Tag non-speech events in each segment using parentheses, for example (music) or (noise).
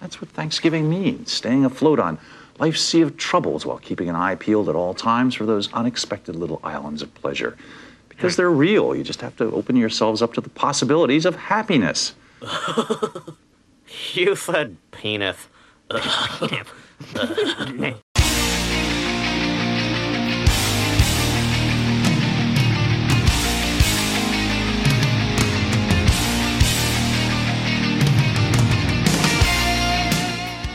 That's what Thanksgiving means staying afloat on life's sea of troubles while keeping an eye peeled at all times for those unexpected little islands of pleasure. Because they're real. You just have to open yourselves up to the possibilities of happiness. (laughs) You said penis.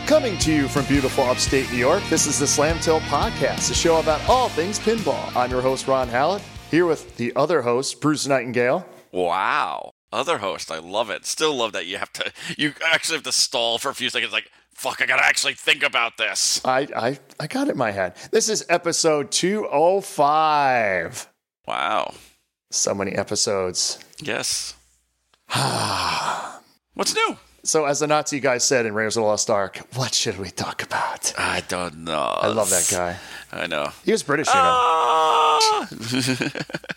Coming to you from beautiful upstate New York, this is the Slam Tilt Podcast, a show about all things pinball. I'm your host, Ron Hallett, here with the other host, Bruce Nightingale. Wow. Other host, I love it. Still love that you have to you actually have to stall for a few seconds like fuck, I got to actually think about this. I, I, I got it in my head. This is episode 205. Wow. So many episodes. (sighs) Yes. What's new? So, as the Nazi guy said in Raiders of the Lost Ark, what should we talk about? I don't know. I love that guy. I know. He was British, you know. Ah! (laughs)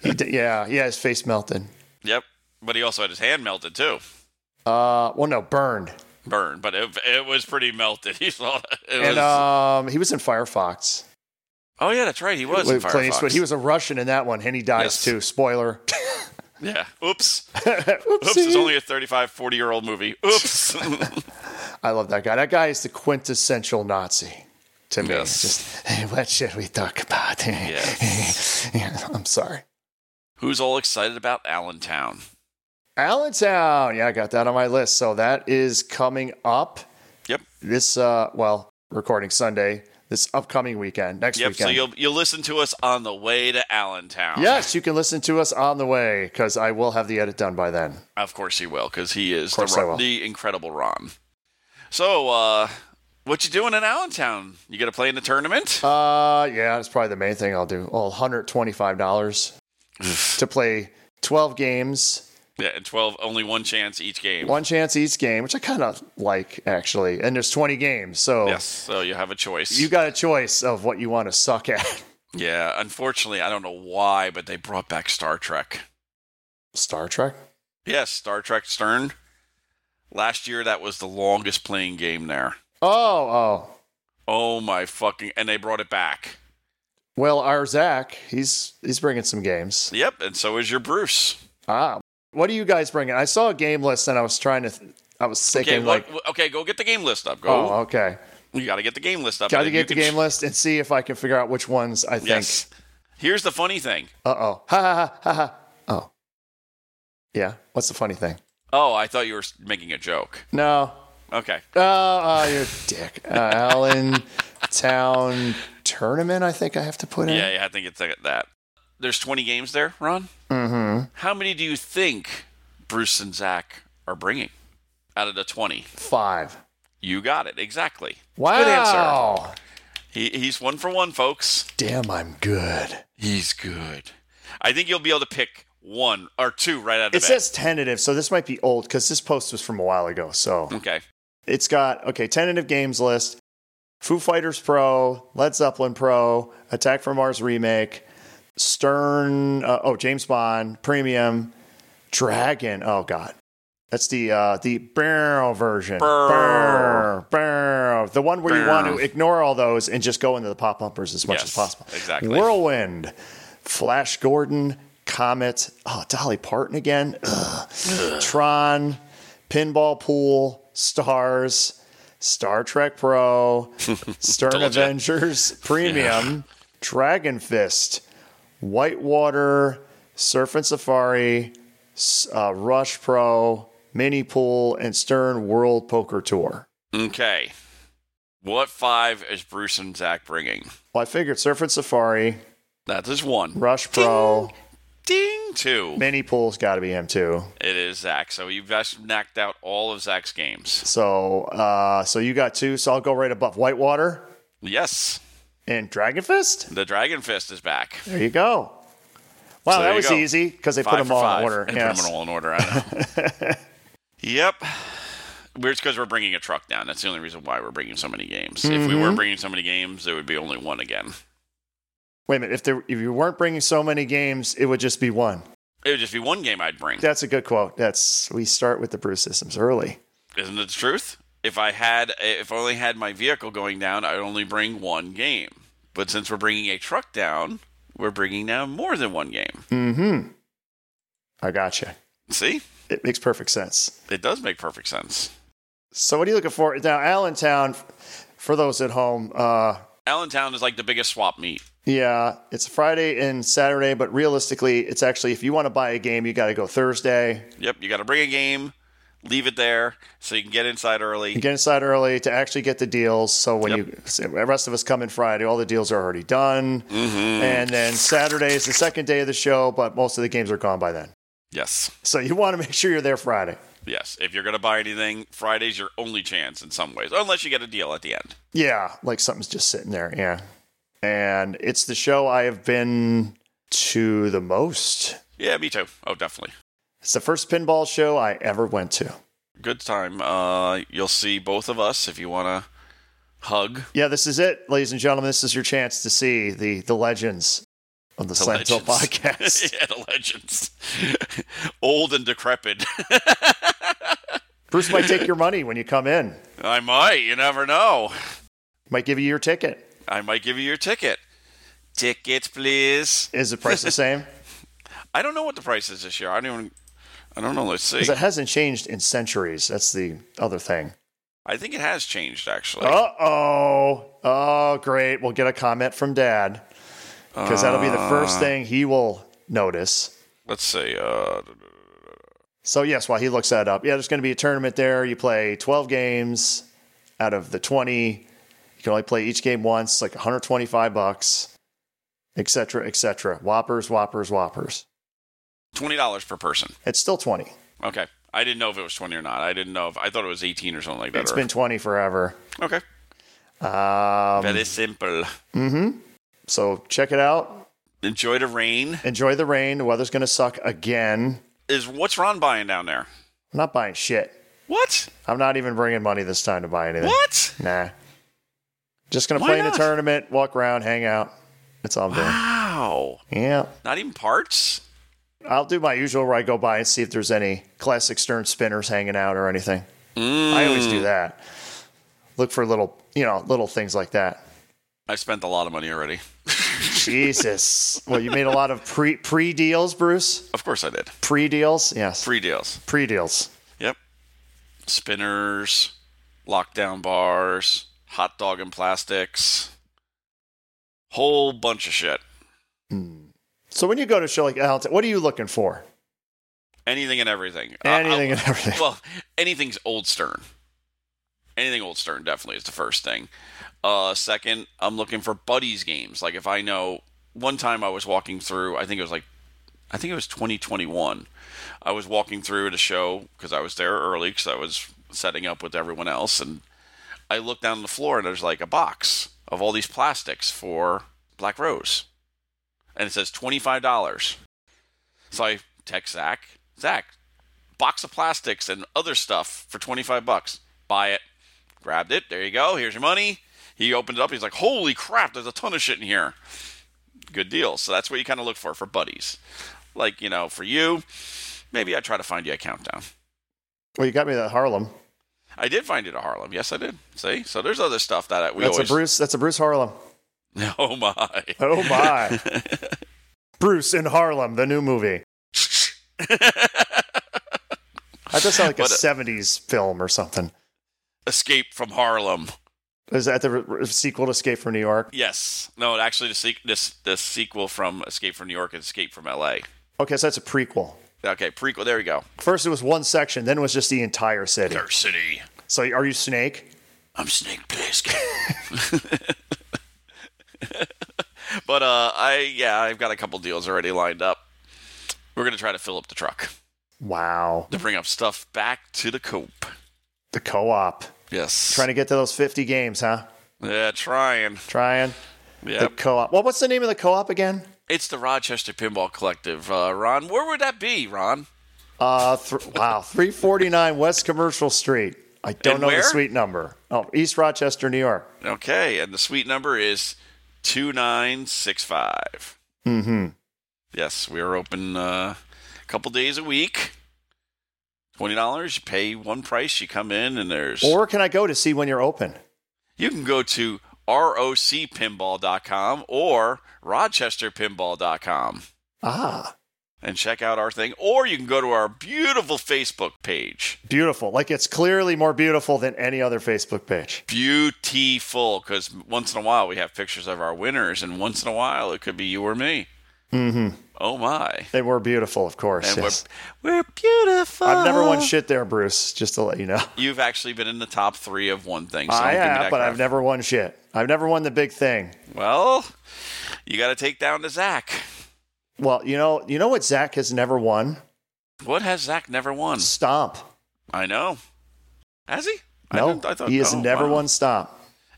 He did, yeah, yeah, his face melted. yep. But he also had his hand melted too. Uh, well, no, burned. Burn, but it, it was pretty melted. (laughs) He saw it was, And um, he was in Firefox. Oh yeah, that's right. He was in with Clint Firefox. Eastwood. He was a Russian in that one, and he dies Yes. too. (laughs) Spoiler. Yeah. (laughs) Oops. Oops. It's only a 35, 40 year old movie. (laughs) Oops. (laughs) I love that guy. That guy is the quintessential Nazi to me. Yes. Just hey, what should we talk about? (laughs) Yes. Yeah, I'm sorry. Who's all excited about Allentown? Allentown. Yeah, I got that on my list. So that is coming up Yep. this uh well, recording Sunday, this upcoming weekend, next Yep. weekend. So you'll you'll listen to us on the way to Allentown. yes, you can listen to us on the way because I will have the edit done by then. Of course you will, because he is the, course I will. Ron, the incredible Ron. So, uh, what you doing in Allentown? You gonna play in the tournament? Uh, yeah, that's probably the main thing I'll do. All $125 to play 12 games, yeah, and twelve, only one chance each game. one chance each game, which I kind of like actually. And there's 20 games, so Yes. So you have a choice. you got a choice of what you want to suck at. (laughs) yeah. Unfortunately, I don't know why, but they brought back Star Trek. Star Trek? Yes, Star Trek Stern. Last year, that was the longest playing game there. Oh, oh. Oh my fucking! And they brought it back. Well, our Zach, he's he's bringing some games. Yep, and so is your Bruce. Ah, what are you guys bringing? I saw a game list and I was trying to, th- I was thinking Okay, like, what, okay, go get the game list up. Go. oh, okay, You got to get the game list up. got to and then get the you can- game list and see if I can figure out which ones I think. Yes. Here's the funny thing. Uh oh. Ha ha ha ha. Oh. Yeah. What's the funny thing? Oh, I thought you were making a joke. No. Okay. Oh, oh you're a dick. Uh, Allentown tournament, I think I have to put in. Yeah, yeah, I think it's like that. There's 20 games there, Ron. Mm-hmm. How many do you think Bruce and Zach are bringing out of the 20? Five. You got it. Exactly. Wow. Good answer. He, he's one for one, folks. Damn, I'm good. He's good. I think you'll be able to pick one or two right out of It that. says tentative, so this might be old because this post was from a while ago. So okay. it's got, okay, tentative games list Foo Fighters Pro, Led Zeppelin Pro, Attack from Mars Remake, Stern, uh, oh, James Bond, Premium, Dragon. Oh, God. That's the uh, the barrel version. Brr. Brr, brr. The one where you Brr. want to ignore all those and just go into the pop bumpers as much Yes, as possible. exactly. Whirlwind, Flash Gordon, Comet, oh, Dolly Parton again, Ugh. Tron, Pinball Pool, Stars, Star Trek (laughs) Pro, Stern Told ya. (laughs) Avengers Premium, Dragon Fist, Whitewater, Surf and Safari, S- uh, Rush Pro, Mini Pool, and Stern World Poker Tour. Okay. What five is Bruce and Zach bringing? Well, I figured Surf and Safari, That is one. Rush Pro, Ding, two. Mini Pool's got to be him too. It is Zach. So you've just knocked out all of Zach's games. So, uh, so you got two. So I'll go right above Whitewater Yes, and Dragon Fist. the Dragon Fist is back. There you go. Wow, So there that you was go. easy because they put Five them for all five. in order. They Put Yes. them all in order. I know. (laughs) yep. We're because we're bringing a truck down. That's the only reason why we're bringing so many games. If we were Mm-hmm. bringing so many games, there would be only one again. Wait a minute. If there, if you weren't bringing so many games, it would just be one. It would just be one game I'd bring. That's a good quote. That's we start with the brew systems early. Isn't it the truth? if I had if I only had my vehicle going down, I'd only bring one game. But since we're bringing a truck down, we're bringing down more than one game. Mm-hmm. I gotcha. See, It makes perfect sense. it does make perfect sense. So what are you looking for now? Allentown, for those at home, uh, Allentown is like the biggest swap meet. yeah, it's Friday and Saturday, but realistically, it's actually if you want to buy a game, you got to go Thursday. Yep, you got to bring a game, leave it there so you can get inside You early. get inside early to actually get the deals. So when you, so the rest of us come in Friday, all the deals are already done. Mm-hmm. And then Saturday is the second day of the show, but most of the games are gone by then. Yes, So you want to make sure you're there Friday. yes. If you're gonna buy anything, Friday's your only chance in some ways, unless you get a deal at the end. Yeah, like something's just sitting there. Yeah. And it's the show I have been to the most. Yeah, me too. Oh, definitely. It's the first pinball show I ever went to. Good time. Uh, you'll see both of us if you wanna hug. Yeah, this is it, ladies and gentlemen. This is your chance to see the the legends of the, The Silent Hill legends. podcast. (laughs) yeah, the legends. Old and decrepit. (laughs) Bruce might take your money when you come in. I might. You never know. Might give you your ticket. I might give you your ticket. Tickets, please. Is the price the same? I don't know what the price is this year. I don't even. I don't know. Let's see. Because it hasn't changed in centuries. That's the other thing. I think it has changed actually. Uh oh. Oh, great. We'll get a comment from Dad because that'll be the first thing he will notice. Uh, Let's see. Uh, So yes, while he looks that up, yeah, there's going to be a tournament there. You play 12 games out of the 20. You can only play each game once, like 125 bucks, et cetera, et cetera. Whoppers, whoppers, whoppers. twenty dollars per person. It's still 20. Okay. I didn't know if it was twenty or not. I didn't know if I thought it was eighteen or something like that. It's or- been 20 forever. okay. Um, Very simple. Mm-hmm. so check it out. Enjoy the rain. Enjoy the rain. The weather's going to suck again. Is what's Ron buying down there? I'm not buying shit. What? I'm not even bringing money this time to buy anything. What? Nah. Just going to Why play in not? the tournament, walk around, hang out. That's all I'm (gasps) doing. Wow. Yeah. Not even parts. I'll do my usual where I go by and see if there's any classic Stern spinners hanging out or anything. I always Mm. do that. Look for little, you know, little things like that. I spent a lot of money already. (laughs) Jesus. well, you made a lot of pre pre deals, Bruce. Of course I did. Pre deals, yes. Free deals. Pre deals. Yep. Spinners, lockdown bars, hot dog and plastics, whole bunch of shit. So when you go to a show like Allentown, what are you looking for? Anything and everything. Uh, Anything I'll- and (laughs) everything. Well, anything's old stern. Anything old stern definitely is the first thing. Uh, second, I'm looking for buddies games. Like if I know one time I was walking through, I think it was like, I think it was 2021. I was walking through at a show because I was there early because I was setting up with everyone else, and I looked down on the floor and there's like a box of all these plastics for Black Rose, and it says twenty five dollars. So I text Zach, Zach, box of plastics and other stuff for 25 bucks. Buy it. Grabbed it. There you go. Here's your money. He opened it up. He's like, holy crap, there's a ton of shit in here. Good deal. So that's what you kind of look for for buddies. Like, you know, for you, maybe I try to find you a countdown. Well, you got me that Harlem. I did find it at Harlem. Yes, I did. See? So there's other stuff that I- we that's always. a Bruce. That's a Bruce Harlem. (laughs) Oh, my. Oh (laughs) my. Bruce in Harlem, the new movie. That does sound like a What a- '70s film or something. Escape from Harlem. Is that the re- sequel to Escape from New York? Yes. No, actually, the, se- this, the sequel from Escape from New York and Escape from LA. Okay, so that's a prequel. Okay, prequel. There we go. First, it was one section, then it was just the entire city. Their city. So, are you Snake? I'm Snake Plissken. (laughs) but uh, I yeah, I've got a couple deals already lined up. We're gonna try to fill up the truck Wow, to bring up stuff back to the coop. the co-op Yes. trying to get to those fifty games, huh? yeah, trying. Trying Yeah. the co-op. Well, what's the name of the co-op again? It's the Rochester Pinball Collective. Uh, Ron, where would that be, Ron? Uh, th- (laughs) wow, three forty nine West Commercial Street. I don't And know where? the suite number. Oh, East Rochester, New York. Okay, and the suite number is two nine six five. Mm-hmm. Yes, we are open uh, a couple days a week, Twenty dollars, you pay one price, you come in, and there's Or where can I go to see when you're open? you can go to rocpinball.com or rochesterpinball.com Ah, and check out our thing, or you can go to our beautiful Facebook page. beautiful. Like it's clearly more beautiful than any other Facebook page. Beautiful, because once in a while we have pictures of our winners, and once in a while it could be you or me. Mm-hmm. Oh my! They were beautiful, of course. And yes. we're we're beautiful. I've never won shit there, Bruce. Just to let you know, You've actually been in the top three of one thing. So I don't give me have, that but crap. I've never won shit. I've never won the big thing. Well, you got to take down the Zach. Well, you know, you know what Zach has never won? What has Zach never won? Stomp. I know. Has he? I No, didn't- I thought, he has oh, never wow. won stomp.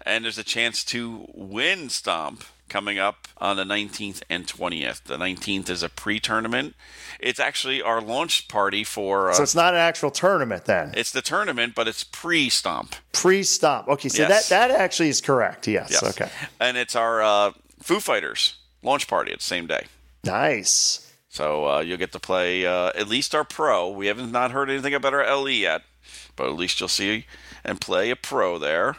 And there's a chance to win Stomp coming up on the 19th and 20th. The 19th is a pre-tournament. It's actually our launch party for. Uh, So it's not an actual tournament then. it's the tournament, but it's pre-Stomp. Pre-stomp. Okay, so Yes. that that actually is correct. Yes. Yes. Okay. And it's our uh, Foo Fighters launch party. It's the same day. Nice. So uh, you'll get to play uh, at least our pro. We haven't not heard anything about our LE yet, but at least you'll see and play a pro there.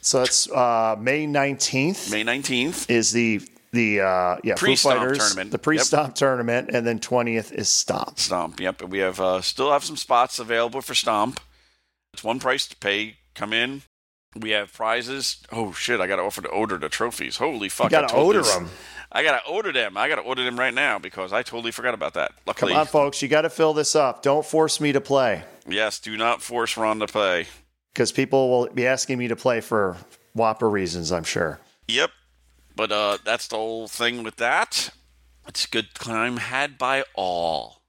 So that's uh, May nineteenth May 19th. is the the uh, yeah Foo Pre-stomp Fighters tournament. the pre-stomp tournament, and then twentieth is stomp. Stomp. Yep. We have uh, still have some spots available for Stomp. It's one price to pay. Come in. We have prizes. Oh shit! I got to offer to order the trophies. Holy fuck! You got I to totally- order them. I gotta order them. I gotta order them right now because I totally forgot about that. Come Luckily, on, folks, you got to fill this up. Don't force me to play yes. Do not force Ron to play. because people will be asking me to play for whopper reasons. I'm sure. Yep. But uh, that's the whole thing with that. It's a good time had by all.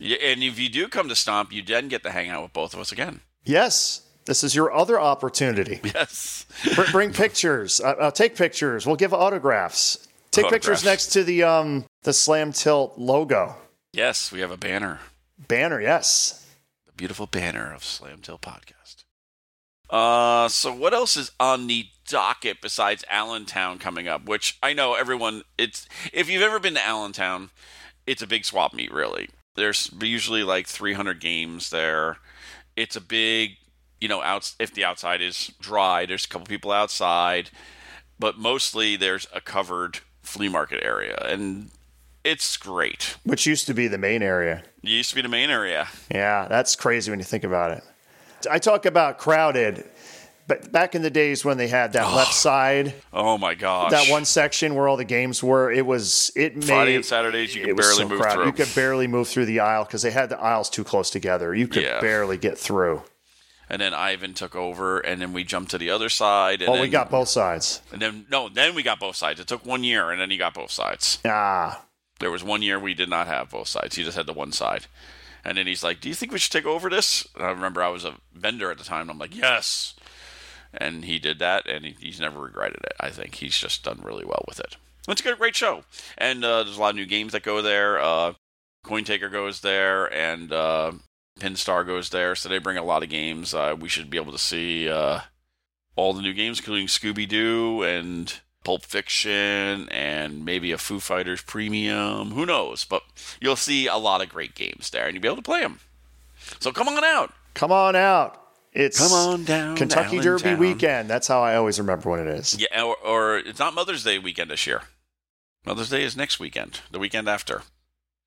Yeah, and if you do come to Stomp, you then get to hang out with both of us (laughs) again. Yes, this is your other opportunity. Yes. Br- bring pictures. Uh, uh, take pictures. We'll give autographs. Take Autographs. pictures next to the um the Slam Tilt logo Yes, we have a banner. banner. Yes. The beautiful banner of Slam Till Podcast. Uh, so what else is on the docket besides Allentown coming up? Which I know everyone. It's if you've ever been to Allentown, it's a big swap meet. Really, there's usually like 300 games there. It's a big, you know, out if the outside is dry, there's a couple people outside, but mostly there's a covered flea market area, and it's great. which used to be the main area. It used to be the main area. Yeah, that's crazy when you think about it. I talk about crowded, but back in the days when they had that left side, Oh my gosh, that one section where all the games were, it was it made Friday and Saturdays, you it could was barely so move crowded. through. You could barely move through the aisle because they had the aisles too close together. You could Yeah. barely get through. and then Ivan took over, and then we jumped to the other side. And Well, then, we got both sides. and then no, then we got both sides. It took one year, and then he got both sides. Ah, There was one year we did not have both sides. He just had the one side. And then he's like, "Do you think we should take over this?" And I remember I was a vendor at the time. And I'm like, "Yes," and he did that, and he, he's never regretted it. I think he's just done really well with it. It's a good, great show, and uh, there's a lot of new games that go there. Uh, Coin Taker goes there, and uh, Pinstar goes there. So they bring a lot of games. Uh, we should be able to see uh, all the new games, including Scooby Doo and Pulp Fiction, and maybe a Foo Fighters Premium. Who knows? But you'll see a lot of great games there, and you'll be able to play them. So come on out. come on out. It's Come on down. to Kentucky Derby Allentown. weekend. That's how I always remember when it is. Yeah, or, or it's not Mother's Day weekend this year. Mother's Day is next weekend, the weekend after.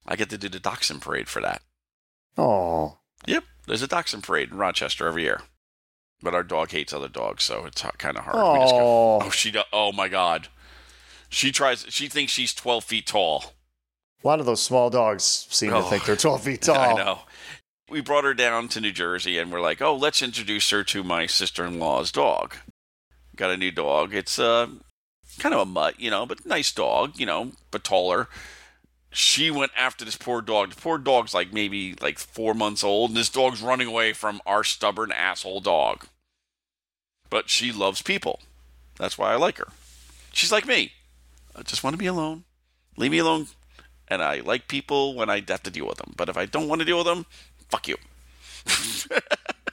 I get to do the Dachshund Parade for that. Oh, Yep, there's a Dachshund Parade in Rochester every year. But our dog hates other dogs, so it's kind of hard. We just go, Aw. oh, she. do- Oh my God, she tries. She thinks she's 12 feet tall. a lot of those small dogs seem Oh. to think they're twelve feet Yeah, tall. (laughs) I know. We brought her down to New Jersey and we're like, oh, let's introduce her to my sister in law's dog. Got a new dog. It's uh, kind of a mutt, you know, but nice dog, you know, but taller. She went after this poor dog. The poor dog's like maybe like four months old, and this dog's running away from our stubborn asshole dog. But she loves people. That's why I like her. She's like me. I just want to be alone. Leave me alone and I like people when I have to deal with them. But if I don't want to deal with them, fuck you.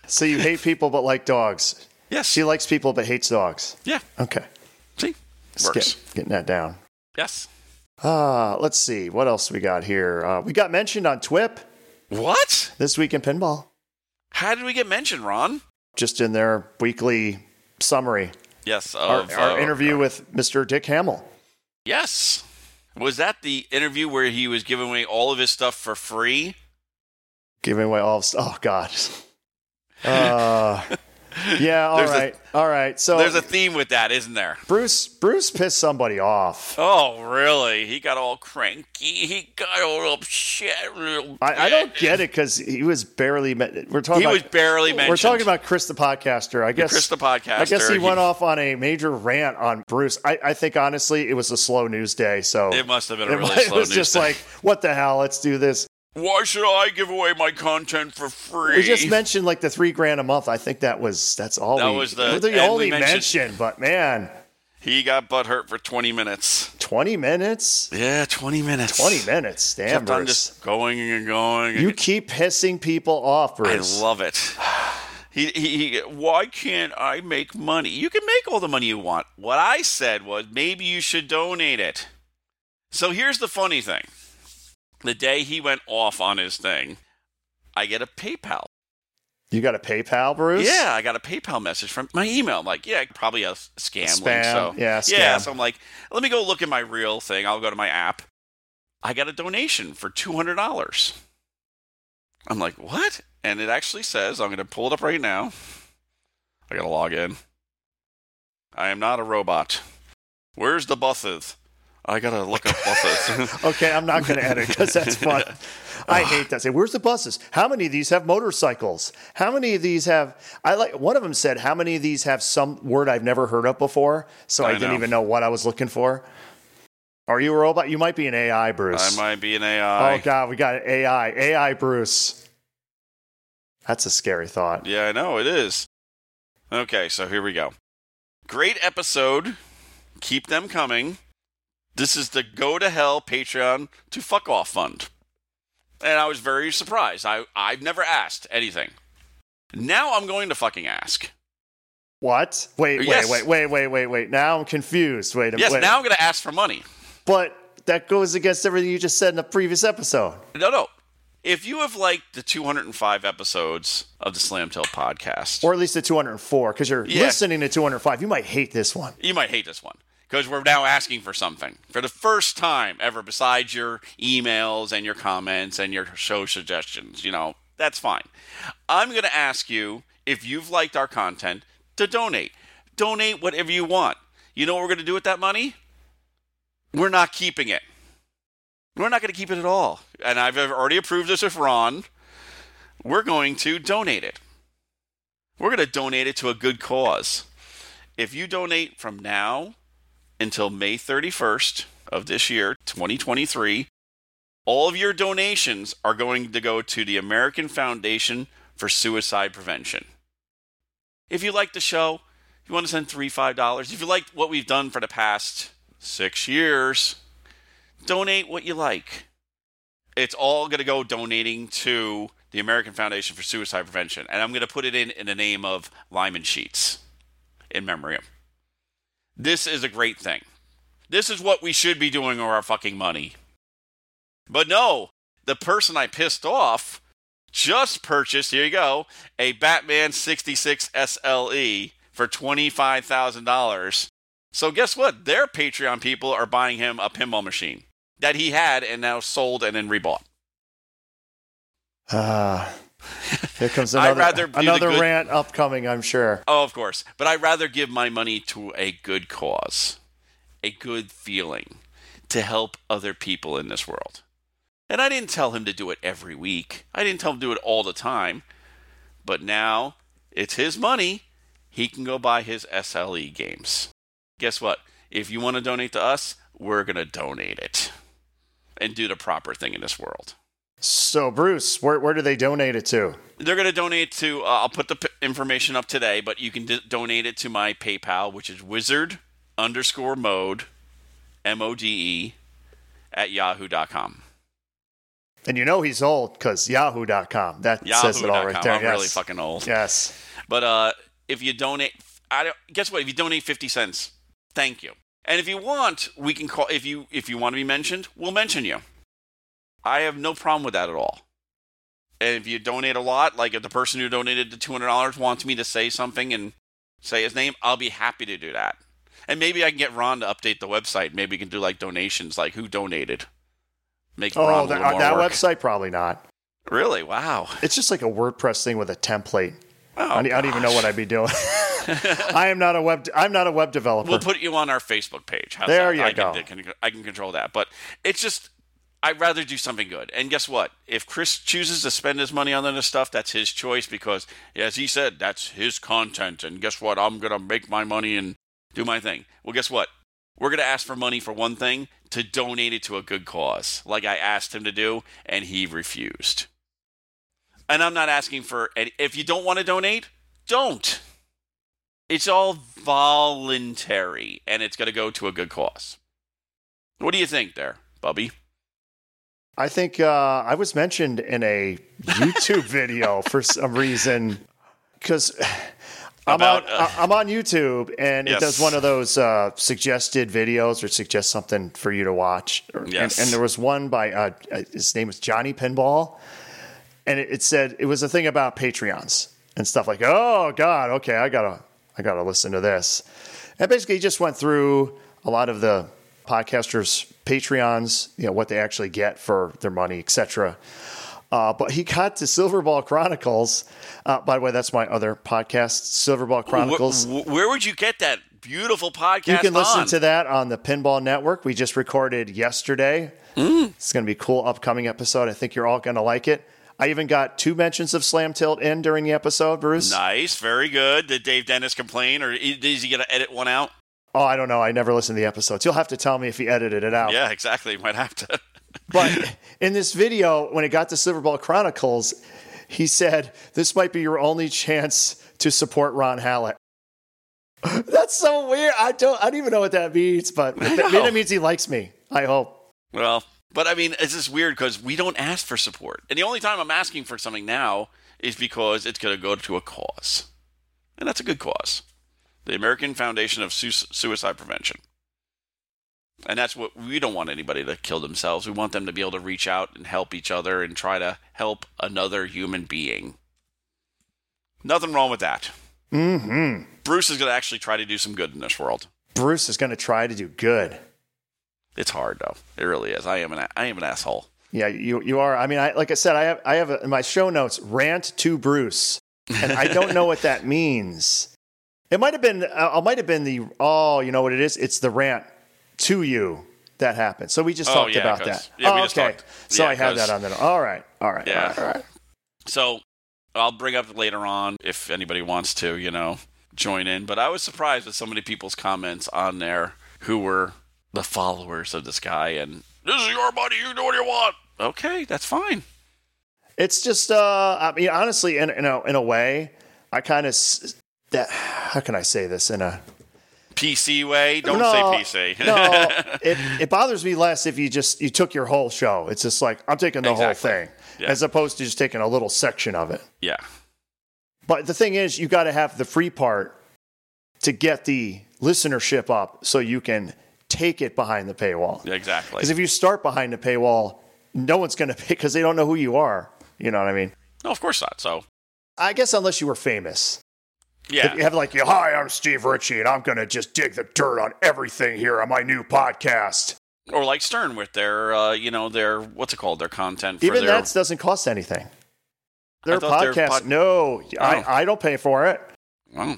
So you hate people but like dogs. Yes. She likes people but hates dogs. yeah. Okay. See? Just Works. get- getting that down. Yes. Uh, let's see. What else we got here? Uh, we got mentioned on TWIP What? this week in pinball, How did we get mentioned, Ron? just in their weekly summary. Yes, Our, of, our uh, interview with Mr. Dick Hamill. Yes. Was that the interview where he was giving away all of his stuff for free? giving away all. Of, st- oh (laughs) God. Uh, yeah. All There's a- right. all right. So There's a theme with that, isn't there? Bruce. Bruce pissed somebody off. Oh, really? He got all cranky. He got all upset. I, I don't get it because he was barely. Me- we're talking. He about, was barely mentioned. We're talking about Chris the podcaster. I guess Chris the podcaster. I guess he went off on a major rant on Bruce. I, I think honestly, it was a slow news day. So It must have been a it really was- it slow was news just day. like, what the hell? Let's do this. Why should I give away my content for free? We just mentioned like the three grand a month. I think that was that's all. That we, was the- we're and we only mentioned- mention. But man, he got butthurt for 20 minutes. twenty minutes. Yeah, 20 minutes. 20 minutes, damn, Kept on Bruce. just going and going. and You keep pissing people off, I Bruce. love it. He, he, he, why can't I make money? You can make all the money you want. What I said was maybe you should donate it. So here's the funny thing the day he went off on his thing, I get a PayPal. you got a PayPal, Bruce? Yeah, I got a PayPal message from my email. I'm like, yeah, probably a s- scam. Link, Spam. so Yeah, yeah. scam. So I'm like, let me go look at my real thing. I'll go to my app. I got a donation for two hundred dollars. I'm like, what? And it actually says I'm going to pull it up right now. I got to log in. I am not a robot. Where's the buses? I got to look up buses. (laughs) Okay, I'm not going to edit because (laughs) that's fun. I hate that. Say, where's the buses? How many of these have motorcycles? How many of these have? I like one of them said, how many of these have some word I've never heard of before? So I, I didn't know. even know what I was looking for. Are you a robot? You might be an AI, I Bruce. might be an oh AI. God, we got an AI, AI Bruce. That's a scary thought. Yeah, I know it is. Okay, so here we go. Great episode. Keep them coming. This is the Go to Hell Patreon to Fuck Off Fund. And I was very surprised. I, I've never asked anything. Now I'm going to fucking ask. What? Wait, Yes. wait, wait, wait, wait, wait, wait. Now I'm confused. Wait a Yes, wait. now I'm going to ask for money. But that goes against everything you just said in the previous episode. No, no. If you have liked the 205 episodes of the Slam Slamtail podcast, Or at least the 204, because you're Yeah. listening to 205. You might hate this one. you might hate this one because we're now asking for something for the first time ever besides your emails and your comments and your show suggestions you know that's fine i'm going to ask you if you've liked our content to donate donate whatever you want you know what we're going to do with that money we're not keeping it we're not going to keep it at all and i've already approved this with ron we're going to donate it we're going to donate it to a good cause if you donate from now until May 31st of this year, 2023, all of your donations are going to go to the American Foundation for Suicide Prevention. If you like the show, you want to send three, five dollars. If you like what we've done for the past six years, donate what you like. It's all going to go donating to the American Foundation for Suicide Prevention, and I'm going to put it in in the name of Lyman Sheets in memoriam. This is a great thing. This is what we should be doing with our fucking money. But no, the person I pissed off just purchased, here you go, a Batman 66 SLE E for $25,000. So guess what? Their Patreon people are buying him a pinball machine that he had and now sold and then rebought. (laughs) Ah. here comes I'd another, rather do the another good- rant upcoming, I'm sure. Oh, of course. But I'd rather give my money to a good cause, a good feeling, to help other people in this world. And I didn't tell him to do it every week, I didn't tell him to do it all the time. But now it's his money. He can go buy his SLE games. Guess what? If you want to donate to us, we're going to donate it and do the proper thing in this world. So, Bruce, where, where do they donate it to? They're going to donate to. Uh, I'll put the p- information up today, but you can d- donate it to my PayPal, which is wizard underscore mode, M O D E, at yahoo.com. And you know he's old because yahoo.com. That says it all right there. I'm yes. really fucking old. yes. But uh, if you donate, I don't, guess what? If you donate 50 cents, thank you. And if you want, we can call if you if you want to be mentioned, we'll mention you. I have no problem with that at all. And if you donate a lot, like if the person who donated the two hundred dollars wants me to say something and say his name, I'll be happy to do that. And maybe I can get Ron to update the website. Maybe we can do like donations, like who donated. Make Ron Oh, a little that, more that work. website probably not. Really? Wow. It's just like a WordPress thing with a template. Oh, I, don't- I don't even know what I'd be doing. (laughs) I am not a web. I'm not a web developer. We'll put you on our Facebook page. How's There that? you I can- go. I Can, I can control that. But it's just, I'd rather do something good. And guess what? If Chris chooses to spend his money on this stuff, that's his choice because, as he said, that's his content. And guess what? I'm going to make my money and do my thing. Well, guess what? We're going to ask for money for one thing to donate it to a good cause, like I asked him to do, and he refused. And I'm not asking for any, if you don't want to donate, don't it's all voluntary and it's going to go to a good cause. What do you think there, Bubby? I think uh, I was mentioned in a YouTube (laughs) video for some reason because I'm About, on uh, I'm on YouTube and Yes. it does one of those uh, suggested videos or suggests something for you to watch. Or- and- Yes. And, there was one by uh, uh, his name was Johnny Pinball, and it, it said it was a thing about Patreons and stuff like oh god okay I gotta I gotta listen to this, and basically he just went through a lot of the podcasters Patreons you know what they actually get for their money etc. Uh, but he got to Silverball Chronicles. Uh, by the way, that's my other podcast, Silverball Chronicles. Wh- wh- where would you get that beautiful podcast? You can listen on? to that on the Pinball Network. We just recorded yesterday. Mm. It's going to be a cool upcoming episode. I think you're all going to like it. I even got two mentions of Slam Tilt in during the episode, Bruce. Nice, very good. Did Dave Dennis complain, or i- is he going to edit one out? Oh, I don't know. I never listened to the episodes. You'll have to tell me if he edited it out. Yeah, exactly. Might have to. (laughs) But in this video, when it got to Silverball Chronicles, he said, This might be your only chance to support Ron Hallett. (laughs) That's so weird. I don't I don't even know what that means, but know. it means he likes me. I hope. Well, but I mean, it's just weird because we don't ask for support, and the only time I'm asking for something now is because it's going to go to a cause, and that's a good cause, the American Foundation of Su- Suicide Prevention, and that's what we don't want anybody to kill themselves. We want them to be able to reach out and help each other and try to help another human being. Nothing wrong with that. Mm-hmm. Bruce is going to actually try to do some good in this world. Bruce is going to try to do good. It's hard though. It really is. I am an a- I am an asshole. Yeah, you you are. I mean, I like I said, I have I have a, in my show notes rant to Bruce, and I don't know what that means. It might have been uh, it might have been the oh, you know what it is? It's the rant to you that happened. So we just Oh, talked yeah, about 'cause- that. yeah, we oh, just okay. talked. So Yeah, I have 'cause- that on there. All right, all right, Yeah. all right, all right. So I'll bring up later on if anybody wants to, you know, join in. But I was surprised with so many people's comments on there who were the followers of this guy and this is your money, you do what you want. Okay, that's fine. It's just uh, I mean, honestly, in in a, in a way, I kind of s- that. How can I say this in a PC way, don't say (laughs) PC. no, it, it bothers me less if you just you took your whole show. It's just like I'm taking the Exactly. whole thing Yeah. as opposed to just taking a little section of it. yeah. But the thing is, you got to have the free part to get the listenership up, so you can take it behind the paywall. yeah, exactly. Because if you start behind the paywall, no one's going to pay because they don't know who you are. You know what I mean? no, of course not. So I guess unless you were famous. yeah. If you have like, hi, I'm Steve Ritchie, and I'm going to just dig the dirt on everything here on my new podcast. Or like Stern with their uh, you know, their what's it called? Their content for Even their that doesn't cost anything. Their thought their podcast, pod- no, I, I don't pay for it. Oh,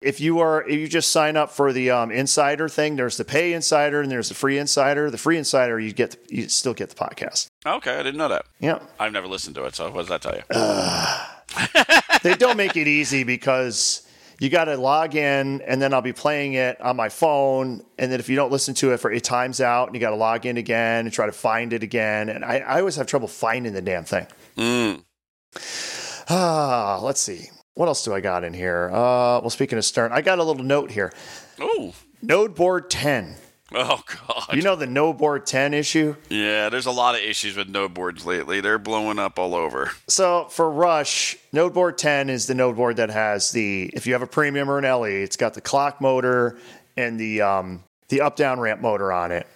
If you are, if you just sign up for the um, insider thing, there's the pay insider and there's the free insider. The free insider, you get, the, you still get the podcast. okay, I didn't know that. Yeah, I've never listened to it, so what does that tell Uh, you? they don't make it easy because you got to log in, and then I'll be playing it on my phone, and then if you don't listen to it for it times out, and you got to log in again and try to find it again, and I, I always have trouble finding the damn thing. Mm. Ah, let's see. What else do I got in here? Uh, well, speaking of Stern, I got a little note here. Ooh. Node board 10. Oh god. You know the node board 10 issue? Yeah, there's a lot of issues with node boards lately. They're blowing up all over. So for Rush, node board 10 is the node E, board that has the, if you have a premium or an LE, it's got the clock motor and the, um, the up down ramp motor on it.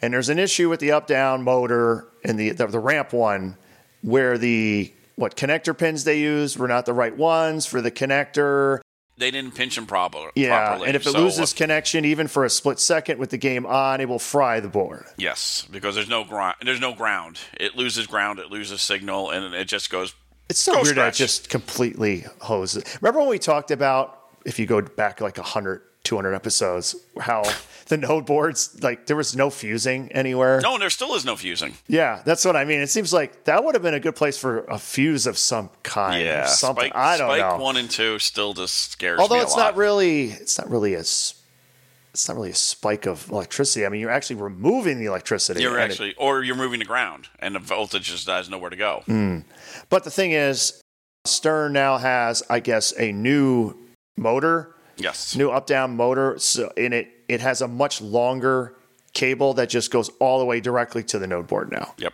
And there's an issue with the up down motor and the, the the ramp one where the what connector pins they used were not the right ones for the connector. They didn't pinch them proper, Yeah, properly. and if it so- uh, loses connection even for a split second with the game on, it will fry the board. yes, because there's no ground. There's no ground. It loses ground. It loses signal, and it just goes. It's so Go weird that it scratch. just completely hoses. Remember when we talked about if you go back like 100, 200 episodes, how (laughs) the node boards like there was no fusing anywhere. No, and there still is (laughs) no fusing. Yeah, that's what I mean. It seems like that would have been a good place for a fuse of some kind. or something Spike, I don't Spike know. one and two still just scares Although me a it's lot. not really, it's not really a, s- it's not really a spike of electricity. I mean, you're actually removing the electricity. You're and it- actually, or you're moving the ground, and the voltage just has nowhere to go. Mm. But the thing is, Stern now has, I guess, a new motor, Yes. new up down motor. So in it, it has a much longer cable that just goes all the way directly to the node board now, Yep.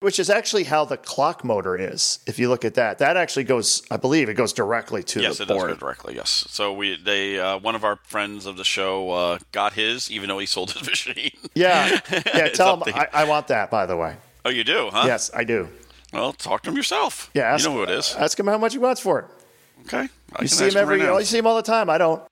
which is actually how the clock motor is. If you look at that, that actually goes, I believe, it goes directly to Yes, the it does go board. directly. Yes. So we, they, uh, one of our friends of the show uh, got his, even though he sold his (laughs) machine. (laughs) Yeah, yeah. It's tell up them to- I, I want that. By the way, Oh, you do, huh? yes, I do. Well, talk to him yourself. Yeah, ask, You know who it is. Ask him how much he wants for it. Okay. I You can see ask him every. right now. oh, you see him all the time. I don't.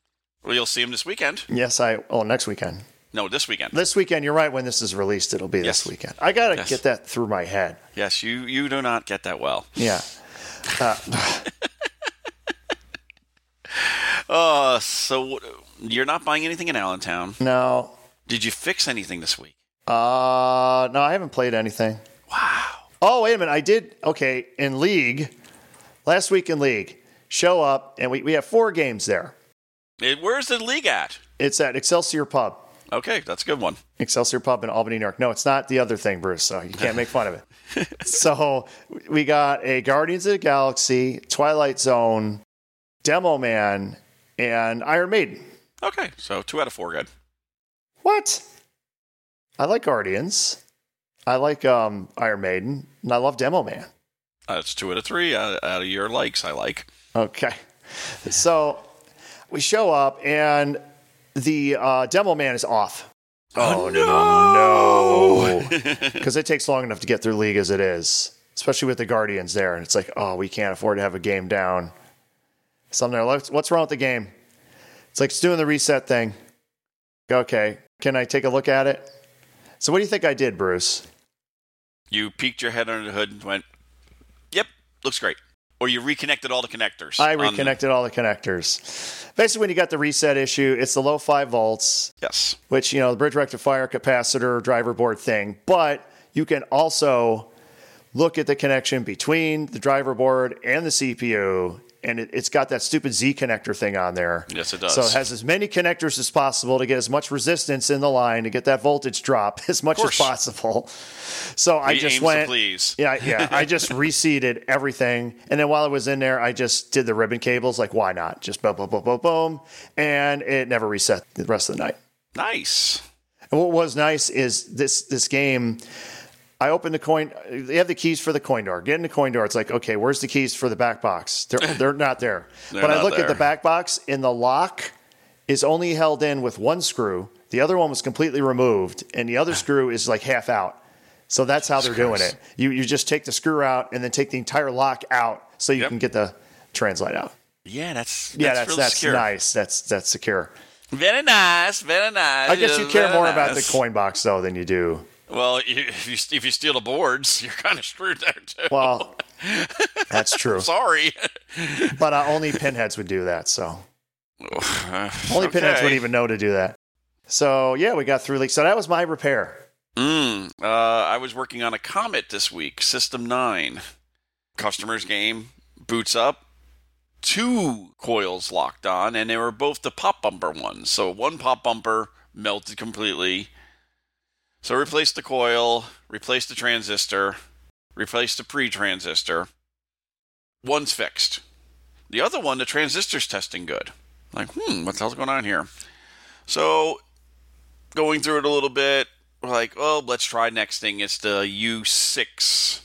Well, you'll see him this weekend. Yes, I. Oh, next weekend. No, this weekend. This weekend. You're right. When this is released, it'll be Yes. this weekend. I gotta Yes. get that through my head. yes, you you do not get that well. Yeah. Uh, Uh, so uh, you're not buying anything in Allentown. no. Did you fix anything this week? Uh, no. I haven't played anything. Wow. Oh, wait a minute. I did. Okay, in league, last week in league, show up and we we have four games there. Eh, where's the league at? It's at Excelsior Pub. Okay, that's a good one. Excelsior Pub in Albany, New York. No, it's not the other thing, Bruce. So you can't make fun of it. (laughs) so we got a Guardians of the Galaxy, Twilight Zone, Demo Man, and Iron Maiden. Okay, so two out of four, good. What? I like Guardians. I like um, Iron Maiden, and I love Demo Man. That's two out of three out, out of your likes. I like. Okay. So we show up, and the uh, Demo Man is off. Oh, (laughs) no. Because it takes long enough to get through league as it is, especially with the Guardians there. And it's like, oh, we can't afford to have a game down. Something there. What's what's wrong with the game? It's like, it's doing the reset thing. Okay. Can I take a look at it? So, what do you think I did, Bruce? You peeked your head under the hood and went, "Yep, looks great." Or you reconnected all the connectors. I on the- reconnected all the connectors. Basically, when you got the reset issue, it's the low five volts, yes. which you know the bridge rectifier capacitor driver board thing but you can also look at the connection between the driver board and the cpu and it, it's got that stupid z connector thing on there Yes, it does. so it has as many connectors as possible to get as much resistance in the line to get that voltage drop (laughs) as much as course. possible so i He aims just to went please. yeah yeah i (laughs) just reseated everything and then while it was in there i just did the ribbon cables like why not just boom boom boom boom boom and it never reset the rest of the night Nice. and what was nice is this this game. I opened the coin. They have the keys for the coin door. Get in the coin door. It's like, okay, where's the keys for the back box? They're (clears throat) they're not there. They're but I not look at there. the back box, and the lock is only held in with one screw. The other one was completely removed, and the (sighs) other screw is like half out. So that's how they're doing it. You you just take the screw out, and then take the entire lock out, so you Yep. can get the translite out. Yeah, that's, Yeah, that's that's really that's secure. nice. That's that's secure. Very nice, very nice. I guess you care very more about the nice. coin box though than you do Well, (laughs) you, if you if you steal the boards, (laughs) you're kind of screwed there too. (laughs) Well, (laughs) that's true. Sorry. But uh, only pinheads would do that. So (laughs) only Only pinheads would even know to do that. So yeah, we got through leaks. So that was my repair. Mm, uh, I was working on a comet this week, System 9. Customer's game, boots up, two coils locked on, and they were both the pop bumper ones. So one pop bumper melted completely. So replaced the coil, replaced the transistor, replaced the pre transistor. One's fixed. The other one, the transistor's testing good. Like, hmm, what the hell's going on here? So going through it a little bit. We're like, oh, let's try next thing. It's the U6,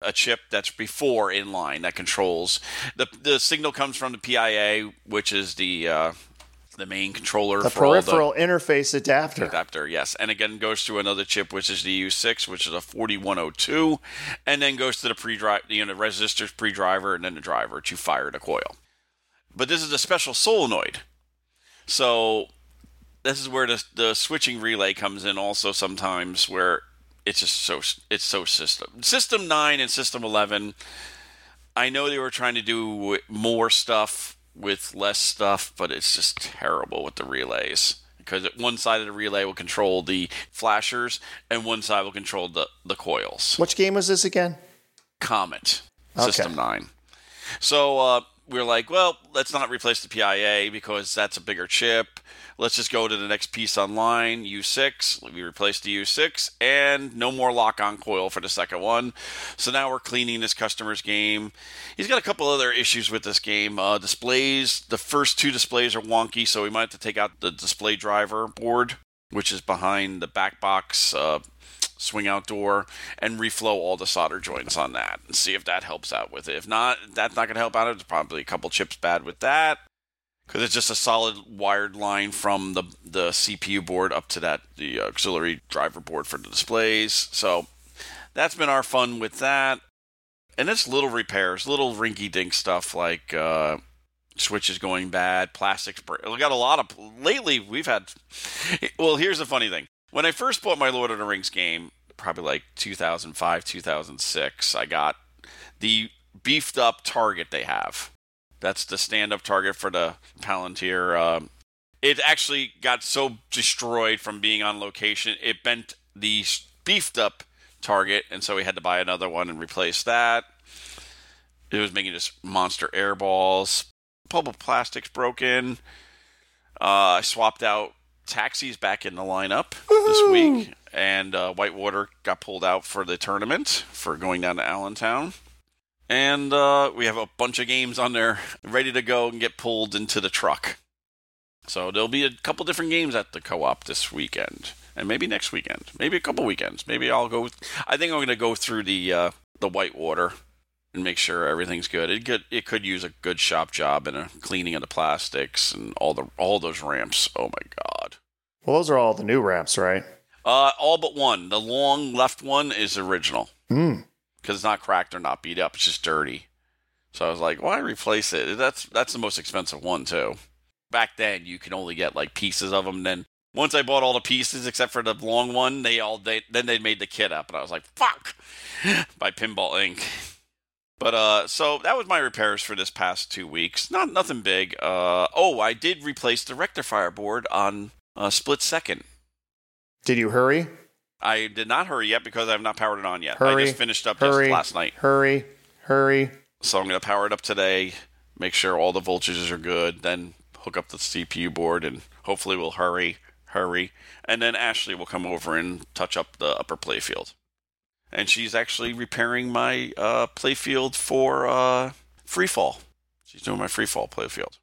a chip that's before inline that controls the the signal comes from the PIA, which is the uh, the main controller The for all peripheral interface adapter. adapter, yes. And again, goes to another chip, which is the U6, which is a 4102, and then goes to the pre-drive, you know, the resistors pre-driver, and then the driver to fire the coil. But this is a special solenoid, so this is where the, the switching relay comes in. Also, sometimes where it's just so it's so system system nine and system eleven. I know they were trying to do more stuff with less stuff, but it's just terrible with the relays because one side of the relay will control the flashers and one side will control the, the coils. Which game was this again? Comet Okay. System 9. So uh, we're like, well, let's not replace the PIA because that's a bigger chip. Let's just go to the next piece online, U6. We replace the U6 and no more lock on coil for the second one. So now we're cleaning this customer's game. He's got a couple other issues with this game. Uh, displays, the first two displays are wonky, so we might have to take out the display driver board, which is behind the back box. Uh, swing out door and reflow all the solder joints on that and see if that helps out with it. If not, that's not going to help out. It's probably a couple chips bad with that because it's just a solid wired line from the the CPU board up to that the auxiliary driver board for the displays. So that's been our fun with that. And it's little repairs, little rinky-dink stuff like uh, switches going bad, plastics. Br- we got a lot of lately. We've had. Well, here's the funny thing. When I first bought my Lord of the Rings game, probably like 2005, 2006, I got the beefed up target they have. That's the stand up target for the Palantir. Um, it actually got so destroyed from being on location, it bent the s- beefed up target, and so we had to buy another one and replace that. It was making just monster air balls. Bubble plastics broken. Uh, I swapped out taxis back in the lineup this week, and uh, Whitewater got pulled out for the tournament for going down to Allentown. And uh, we have a bunch of games on there ready to go and get pulled into the truck. So there'll be a couple different games at the co-op this weekend, and maybe next weekend, maybe a couple weekends. Maybe I'll go. I think I'm going to go through the uh, the Whitewater and make sure everything's good. It could it could use a good shop job and a cleaning of the plastics and all the all those ramps. Oh my god. Well, those are all the new ramps, right? Uh, all but one. The long left one is original Hmm. because it's not cracked or not beat up. It's just dirty. So I was like, why replace it? That's that's the most expensive one too. Back then, you could only get like pieces of them. Then once I bought all the pieces except for the long one, they all they then they made the kit up, and I was like, fuck, (laughs) by Pinball Inc. But uh, so that was my repairs for this past two weeks. Not nothing big. Uh, oh, I did replace the rectifier board on uh, split second. Did you hurry? I did not hurry yet because I have not powered it on yet. Hurry. I just finished up hurry, just last night. Hurry. Hurry. So I'm going to power it up today, make sure all the voltages are good, then hook up the CPU board, and hopefully we'll hurry, hurry. And then Ashley will come over and touch up the upper playfield. And she's actually repairing my uh, playfield for uh, freefall. She's doing my freefall playfield.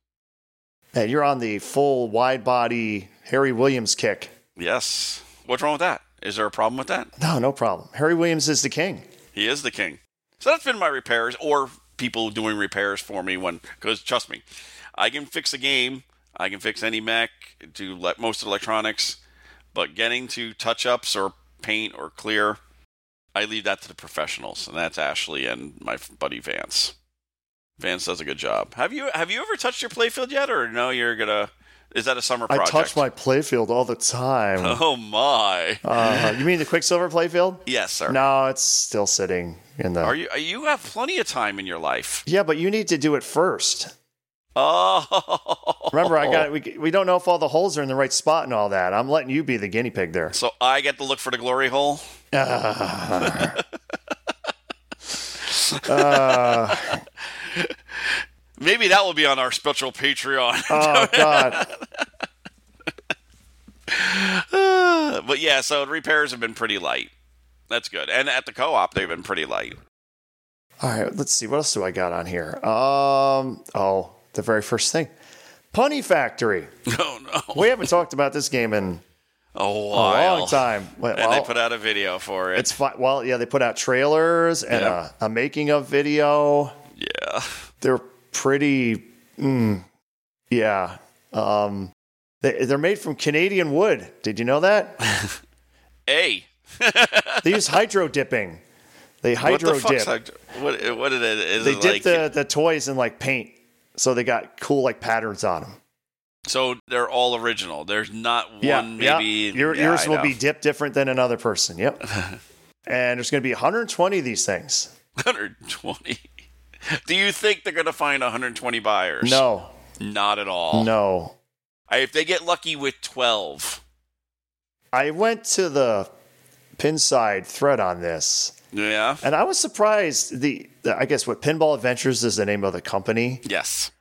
And you're on the full wide body Harry Williams kick. Yes. What's wrong with that? Is there a problem with that? No, no problem. Harry Williams is the king. He is the king. So that's been my repairs or people doing repairs for me when because trust me, I can fix a game, I can fix any Mac, do le- most electronics, but getting to touch ups or paint or clear, I leave that to the professionals, and that's Ashley and my f- buddy Vance. Vance does a good job. Have you have you ever touched your playfield yet, or no? You're gonna is that a summer project? I touch my playfield all the time. (laughs) Oh my! uh, you mean the Quicksilver playfield? yes, sir. No, it's still sitting in the. Are you you have plenty of time in your life? yeah, but you need to do it first. Oh, (laughs) Remember, I got we, we don't know if all the holes are in the right spot and all that. I'm letting you be the guinea pig (laughs) there. So I get to look for the glory hole. Ah. Ah. Maybe that will be on our special Patreon. (laughs) oh God! but yeah, so repairs have been pretty light. That's good. And at the co-op, they've been pretty light. (laughs) All right, let's see. What else do I got on here? Um, oh, the very first thing, Punny Factory. Oh no, We (laughs) haven't talked about this game in a a while. long time. Well, And they put out a video for it. it's fine. Well, yeah, they put out trailers and Yeah. a, a making of video. yeah, They're pretty. Mm, yeah. Um, They, they're made from Canadian wood. Did you know that? (laughs) A. They use hydro dipping. They hydro what the dip. fuck's hydro- what, what did it? Is they it dip like, the, the toys in like paint, so they got cool like patterns on them. So they're all original. There's not one Yeah, maybe. yeah. Your, Yeah, yours I will (laughs) know. be dipped different than another person. (laughs) Yep. and there's going to be 120 of these things. 120. Do you think they're going to find 120 buyers? No, Not at all. no. I, if they get lucky with 12. I went to the Pinside thread on this, Yeah. and I was surprised. The I guess what Pinball Adventures is the name of the company. Yes.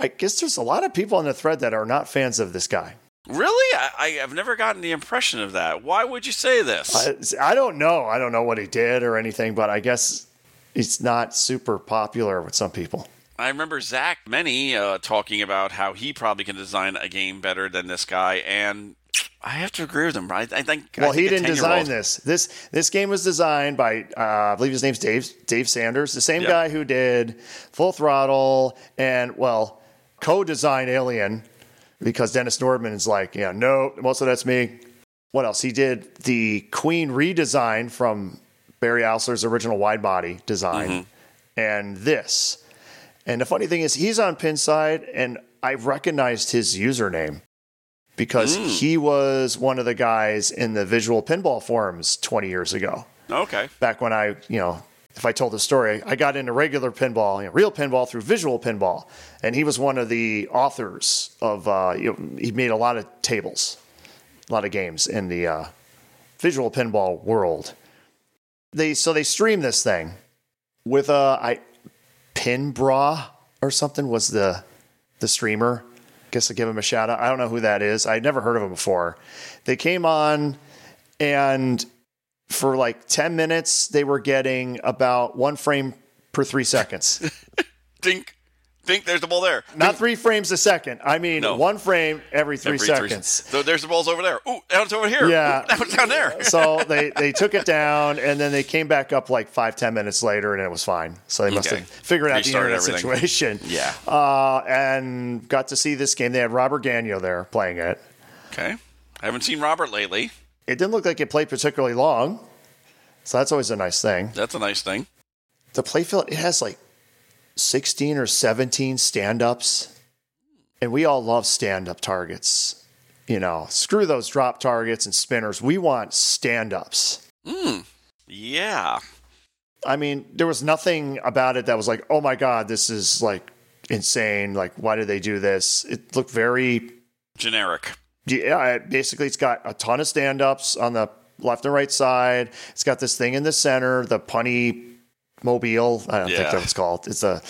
I guess there's a lot of people on the thread that are not fans of this guy. Really? I, I, I've never gotten the impression of that. Why would you say this? I, I don't know. I don't know what he did or anything, but I guess it's not super popular with some people. I remember Zach Many uh, talking about how he probably can design a game better than this guy, and I have to agree with him. I, I think. I Well, think he a didn't design 10-year-old this. This this game was designed by uh, I believe his name's Dave Dave Sanders, the same Yeah. guy who did Full Throttle and well, co-design Alien because Dennis Nordman is like, yeah, no, most of that's me. What else? He did the Queen redesign from Barry Osler's original wide body design Mm-hmm. and this. And the funny thing is, he's on Pinside, and I recognized his username because he was one of the guys in the visual pinball forums 20 years ago. Okay. Back when I, you know, if I told the story, I got into regular pinball, you know, real pinball through visual pinball, and he was one of the authors of. Uh, you know, he made a lot of tables, a lot of games in the uh, visual pinball world. They so they stream this thing with uh, I Pin Bra or something was the the streamer. Guess I give him a shout out. I don't know who that is. I'd never heard of him before. They came on and for like 10 minutes they were getting about one frame per three seconds. (laughs) Think, think. There's the ball there. Not three frames a second. I mean No. one frame every three Every three- seconds. so there's the balls over there. Ooh, now it's over here. Yeah. Ooh, now it's down there. so they, they took it down and then they came back up like five, ten minutes later and it was fine. So they must Okay. have figured out the Restarted internet everything. situation. (laughs) Yeah. Uh, and got to see this game. They had Robert Gagnon there playing it. Okay. I haven't seen Robert lately. It didn't look like it played particularly long. So that's always a nice thing. That's a nice thing. The playfield, it has like 16 or 17 stand ups. And we all love stand up targets. You know, screw those drop targets and spinners. We want stand ups. Mm. Yeah. I mean, there was nothing about it that was like, oh my God, this is like insane. Like, why did they do this? It looked very, Generic. yeah, it- basically, it's got a ton of stand ups on the left and right side. It's got this thing in the center, the punny mobile. I don't think Yeah. that's what it's called. It's a,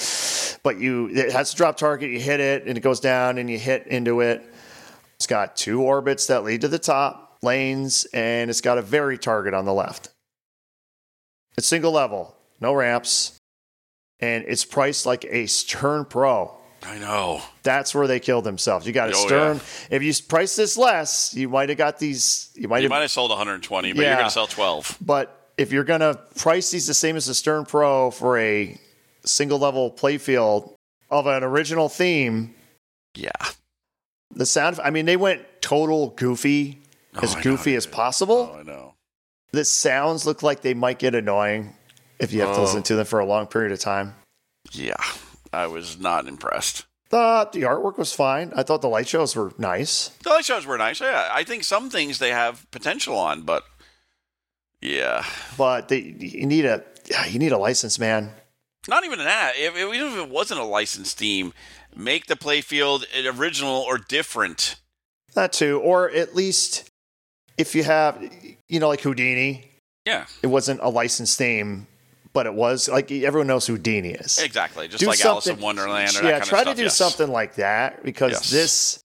but you, it has a drop target, you hit it, and it goes down and you hit into it. It's got two orbits that lead to the top lanes, and it's got a very target on the left. It's single level, no ramps, and it's priced like a Stern Pro. I know. That's where they killed themselves. You got a Oh, Stern. If you price this less, you might have got these. You might You have, might have sold 120, but Yeah. you're going to sell 12. but if you're gonna price these the same as the Stern Pro for a single level playfield of an original theme, Yeah. the sound. I mean, they went total goofy, Oh, as I know goofy they as did. possible. Oh, I know. the sounds look like they might get annoying if you have to Oh. listen to them for a long period of time. Yeah. I was not impressed. Thought the artwork was fine. I thought the light shows were nice. The light shows were nice. Yeah. I think some things they have potential on, but yeah. but they, you need a yeah, you need a license, man. Not even that. If, if, even if it wasn't a licensed theme, make the playfield original or different. That too, or at least if you have, you know, like Houdini, Yeah. it wasn't a licensed theme, but it was like everyone knows Houdini is. Exactly. Just like Alice in Wonderland yeah, or that kind of try stuff, to do yes. something like that because Yes. this,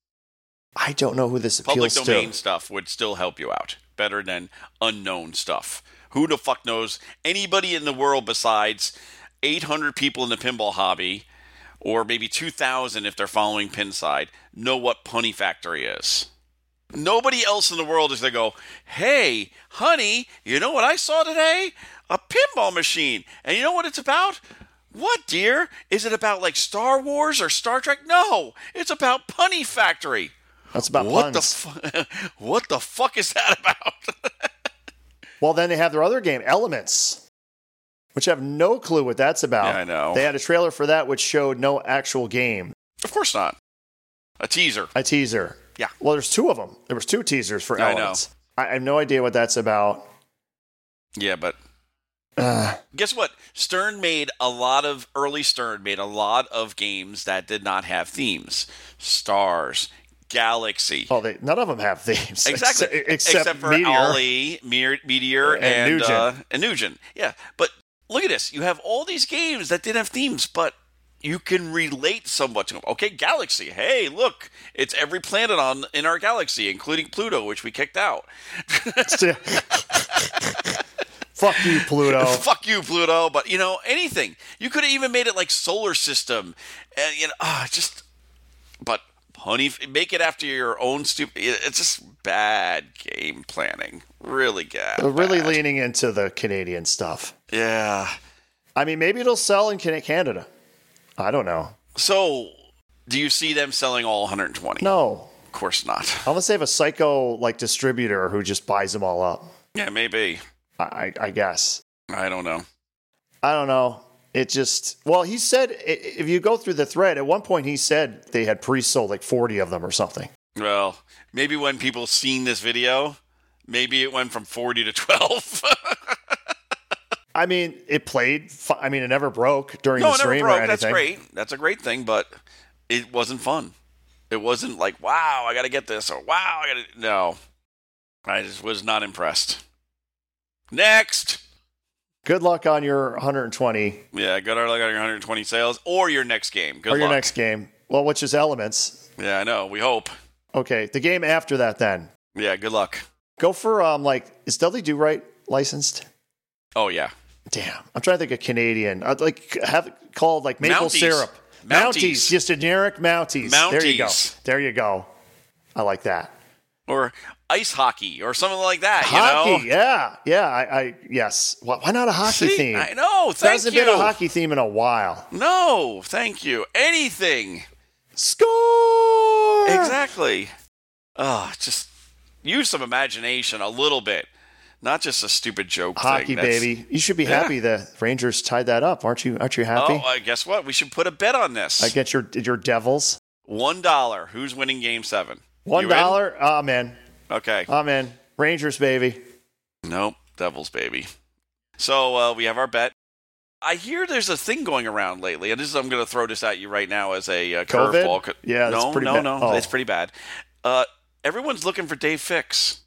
I don't know who this public appeals domain to. stuff would still help you out better than unknown stuff. Who the fuck knows anybody in the world besides 800 people in the pinball hobby, or maybe 2,000 if they're following Pinside, know what Punny Factory is? Nobody else in the world is going to go, hey, honey, you know what I saw today? A pinball machine. And you know what it's about? What, dear? Is it about like Star Wars or Star Trek? No, it's about Punny Factory. That's about what puns. the fu- (laughs) what the fuck is that about? (laughs) well, then they have their other game, Elements, which I have no clue what that's about. Yeah, I know. They had a trailer for that which showed no actual game, of course not. A teaser. a teaser. Yeah. Well, there's two of them. There was two teasers for I know. Elements. I, I have no idea what that's about. Yeah, but Uh, guess what? Stern made a lot of early Stern made a lot of games that did not have themes. Stars, Galaxy. well, oh, they, none of them have themes Exactly. Ex- except, for Meteor. Ali, Meteor, Meteor And and, Nugent. Uh, Nugent. and Nugent. Yeah. But look at this. You have all these games that didn't have themes, but you can relate somewhat to them. Okay, Galaxy. Hey, look, it's every planet on in our galaxy, including Pluto, which we kicked out. (laughs) Fuck you, Pluto. Fuck you, Pluto. But you know, anything. You could have even made it like solar system, and you know, ah, just. But honey, f- make it after your own stupid. it- It's just bad game planning. Really bad. They're really leaning into the Canadian stuff. Yeah. I mean, maybe it'll sell in Can- Canada. I don't know. So, do you see them selling all 120? No, Of course not. unless they have a psycho like distributor who just buys them all up. Yeah, maybe. I, I, I guess. I don't know. I don't know. It just well, he said i- if you go through the thread, at one point he said they had pre-sold like forty of them or something. Well, maybe when people seen this video, maybe it went from 40 to (laughs) 12. I mean, it played. fi- I mean, it never broke during the no, it never stream or broke. anything. That's great. That's a great thing, but it wasn't fun. It wasn't like, wow, I got to get this, or wow, I got to. No. I just was not impressed. Next. Good luck on your 120 Yeah, good luck on your 120 sales or your next game. Good or your luck. next game. Well, which is Elements. Yeah, I know. We hope. Okay, the game after that then. Yeah, good luck. Go for um like is Dudley Do Right licensed? Oh yeah, Damn, I'm trying to think of Canadian. I'd like have called like maple Mounties. syrup. Mounties. just a generic Mounties. There you go. Mounties. There you go. I like that. or ice hockey or something like that. hockey, You know? yeah, yeah. I, I yes. Why, why not a hockey See, theme? I know. There Thank hasn't you. been a hockey theme in a while. No, thank you. Anything Score. exactly. Oh, just use some imagination a little bit, not just a stupid joke. Hockey, thing. That's- baby. You should be Yeah. happy the Rangers tied that up, aren't you? Aren't you happy? Oh, I guess what? We should put a bet on this. I get your your Devils. One dollar. Who's winning Game Seven? One You in? dollar. Ah man. Okay. Ah man. Rangers, baby. Nope, Devils, baby. So uh, we have our bet. I hear there's a thing going around lately, and this is, I'm going to throw this at you right now as a uh, COVID? curveball. Co- Yeah, that's no, pretty no, bad. no, Oh. it's pretty bad. Uh, everyone's looking for Dave Fix.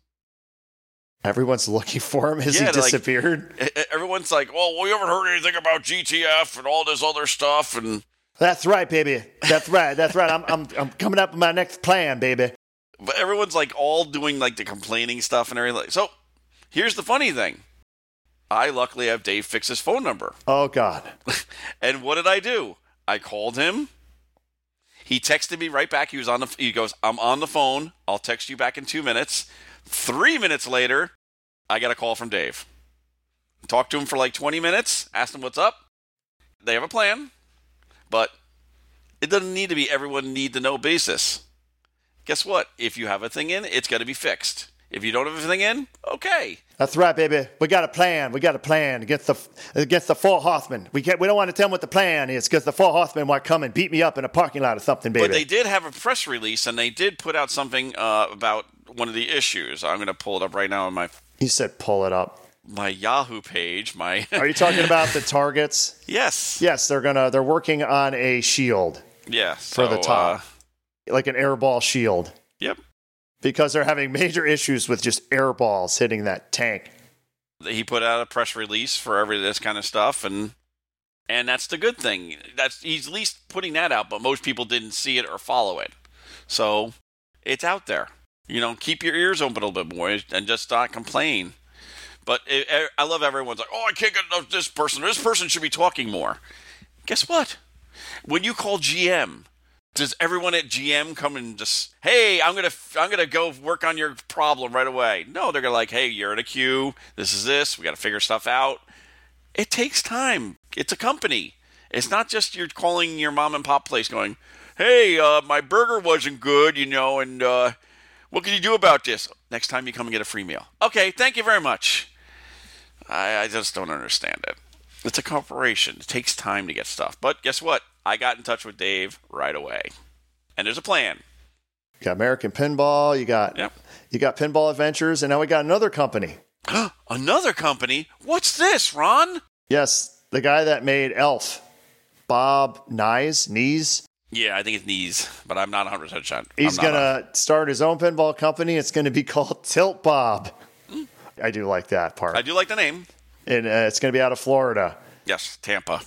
Everyone's looking for him as Yeah, he they're like- disappeared. E- e- Everyone's like, "Well, we haven't heard anything about GTF and all this other stuff." And That's right, baby. That's right. That's right. I'm, I'm, I'm coming up with my next plan, baby. but everyone's like all doing like the complaining stuff and everything. So here's the funny thing: I luckily have Dave Fix's phone number. Oh, God. (laughs) And what did I do? I called him. He texted me right back. He was on the. He goes, "I'm on the phone. I'll text you back in two minutes." Three minutes later, I got a call from Dave. Talked to him for like 20 minutes. Asked him what's up. They have a plan, but it doesn't need to be everyone need to know basis. Guess what? If you have a thing in, it's going to be fixed. If you don't have a thing in, okay. That's right, baby. We got a plan. We got a plan against the against the four Hoffman. We can't, we don't want to tell them what the plan is because the four Hoffman might come and beat me up in a parking lot or something, baby. But they did have a press release, and they did put out something uh, about one of the issues. I'm going to pull it up right now on my he said, "Pull it up." my Yahoo page. My Are you talking about the targets? (laughs) yes, Yes, they're gonna they're working on a shield, yeah, For the so, top. uh, like an airball shield, yep, because they're having (laughs) major issues with just airballs hitting that tank. he put out a press release for every this kind of stuff, and and that's the good thing. That's he's at least putting that out, but most people didn't see it or follow it, so it's out there. You know, keep your ears open a little bit more and just not complain. But it, I love everyone's like, oh, I can't get enough of this person. This person should be talking more. Guess what? When you call GM, does everyone at GM come and just, hey, I'm gonna I'm gonna go work on your problem right away? No, they're gonna like, hey, you're in a queue. This is this. We got to figure stuff out. It takes time. It's a company. It's not just you're calling your mom and pop place going, hey, uh, my burger wasn't good, you know, and uh, what can you do about this? Next time you come and get a free meal. Okay, thank you very much. I, I just don't understand it. It's a corporation. It takes time to get stuff. But guess what? I got in touch with Dave right away. And there's a plan. (gasps) You got American Pinball. You got Yep. you got Pinball Adventures, and now we got another company. Another company? What's this, Ron? Yes, the guy that made Elf, Bob Nyes, Knees. Yeah, I think it's knees, but I'm not 100% sure. I'm He's not a- gonna start his own pinball company. It's gonna be (laughs) called Tilt Bob. I do like that part, I do like the name. and uh, it's gonna be out of Florida. Yes, Tampa.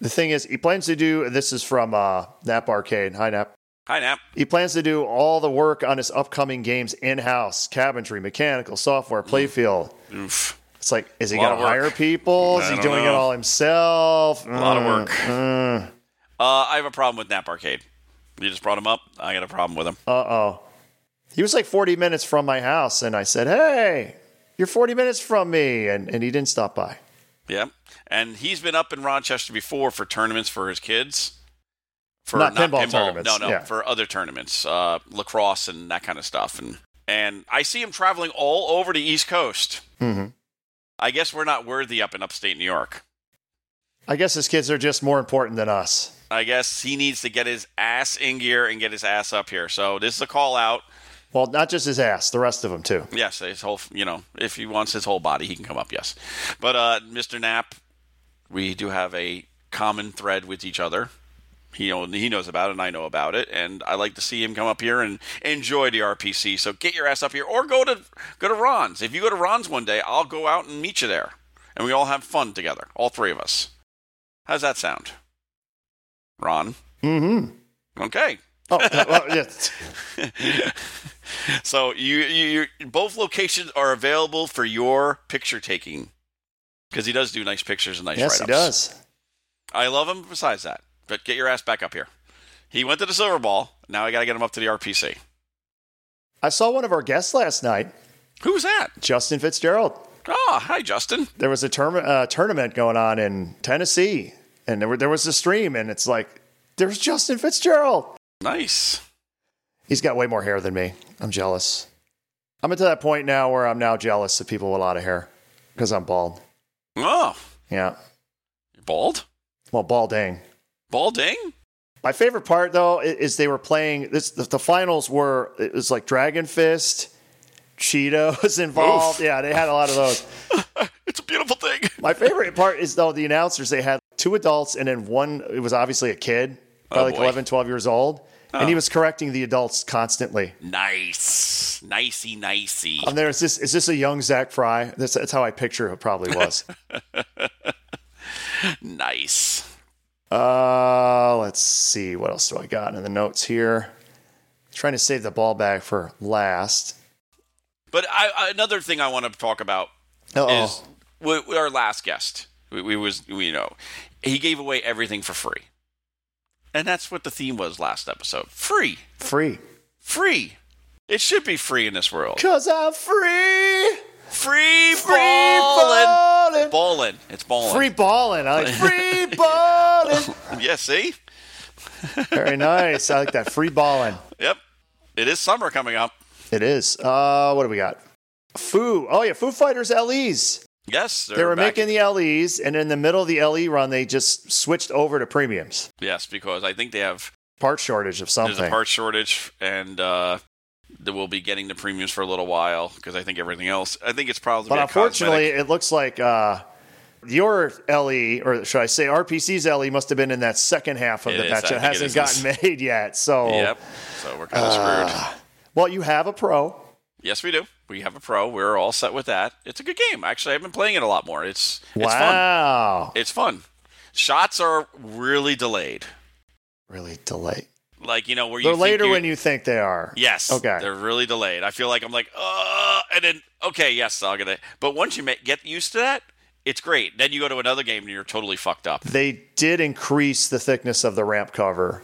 The thing is, he plans to do. This is from uh, Nap Arcade. Hi, Nap. Hi, Nap. He plans to do all the work on his upcoming games in house: cabinetry, mechanical, software, playfield. Oof. It's like, is he Hmm. Lot going of to work. hire people? Is I he don't doing it know. all himself? A lot of work. Uh Uh, I have a problem with Nap Arcade. You just brought him up. I got a problem with him. oh. He was like 40 minutes from my house, and I said, Hey, you're 40 minutes from me. And, and he didn't stop by. Yeah. And he's been up in Rochester before for tournaments for his kids. For Not pinball tournaments, No, no, yeah. for other tournaments, uh, lacrosse and that kind of stuff. And and I see him traveling all over the East Coast. hmm I guess we're not worthy up in upstate New York. I guess his kids are just more important than us. I guess he needs to get his ass in gear and get his ass up here. So this is a call out. Well, not just his ass, the rest of them too. Yes, his whole, you know, if he wants his whole body, he can come up, yes. But uh, Mr. Knapp, we do have a common thread with each other. He, know- he knows about it, and I know about it, and I like to see him come up here and enjoy the RPC. So get your ass up here, or go to go to Ron's. If you go to Ron's one day, I'll go out and meet you there, and we all have fun together, all three of us. How's that sound, Ron? Mm Mm-hmm. hmm. Okay, Oh, (laughs) well, yeah. so you, you you both locations are available for your picture taking because he does do nice pictures and nice yes, he write-ups. does. I love him. Besides that, but get your ass back up here. He went to the silver ball. Now I got to get him up to the RPC. I saw one of our guests last night, Who was that? Justin Fitzgerald. Oh, hi Justin. there was a term, uh, tournament going on in Tennessee, and there, were, there was a stream, and it's like, there's Justin Fitzgerald. Nice. He's got way more hair than me. I'm jealous. I'm at that point now where I'm now jealous of people with a lot of hair because I'm bald. Oh, Yeah. you're bald. Well, balding. Balding. (laughs) My favorite part, though, i- is they were playing this. The, the finals were, it was like Dragon Fist, Cheetos (laughs) involved. Oof. Yeah, they had a lot of those. It's a beautiful thing. My favorite part is though the announcers they had two adults and then one it was obviously a kid, probably like Oh, boy. 11, 12 years old, and he Oh. was correcting the adults constantly. Nice. Nicey, nicey. I'm there. Is this is this a young Zach Fry? That's, that's how I picture it probably (laughs) was. Nice. uh, let's see what else do I got in the notes here. Trying to save the ball bag for last. But I, I- another thing I want to talk about Oh, is we, we- our last guest. We, we was we, you know he gave away everything for free, and that's what the theme was last episode. Free, free. free. It should be free in this world. Cause I'm free, Free, free balling, ballin', ballin'. It's ballin'. free balling. I (laughs) like free balling. Yeah, see, Very nice. I like that free balling. yep. It is summer coming up. It is. Uh, what do we got? Foo. Oh yeah, Foo Fighters LEs. Yes, They were back. making the LEs, and in the middle of the LE run, they just switched over to premiums. yes because I think they have Part shortage of there's a something. part shortage and. uh they will be getting the premiums for a little while because I think everything else. I think it's probably but a unfortunately, cosmetic- it looks like uh, your LE, or should I say RPC's LE, E, must have been in that second half of It the is. batch. I It think it hasn't is. gotten (laughs) made yet. So, Yep. So we're kind of Uh, screwed. well, you have a pro. Yes, we do. We have a pro. We're all set with that. It's a good game. Actually, I've been playing it a lot more. It's it's fun. wow. It's fun. Shots are really delayed. Really delayed. Like you know where you They're think later when you think they are. yes Okay. they're really delayed. I feel like I'm like uh and then okay yes I'll get it. But once you ma- get used to that, it's great. Then you go to another game and you're totally fucked up. They did increase the thickness of the ramp cover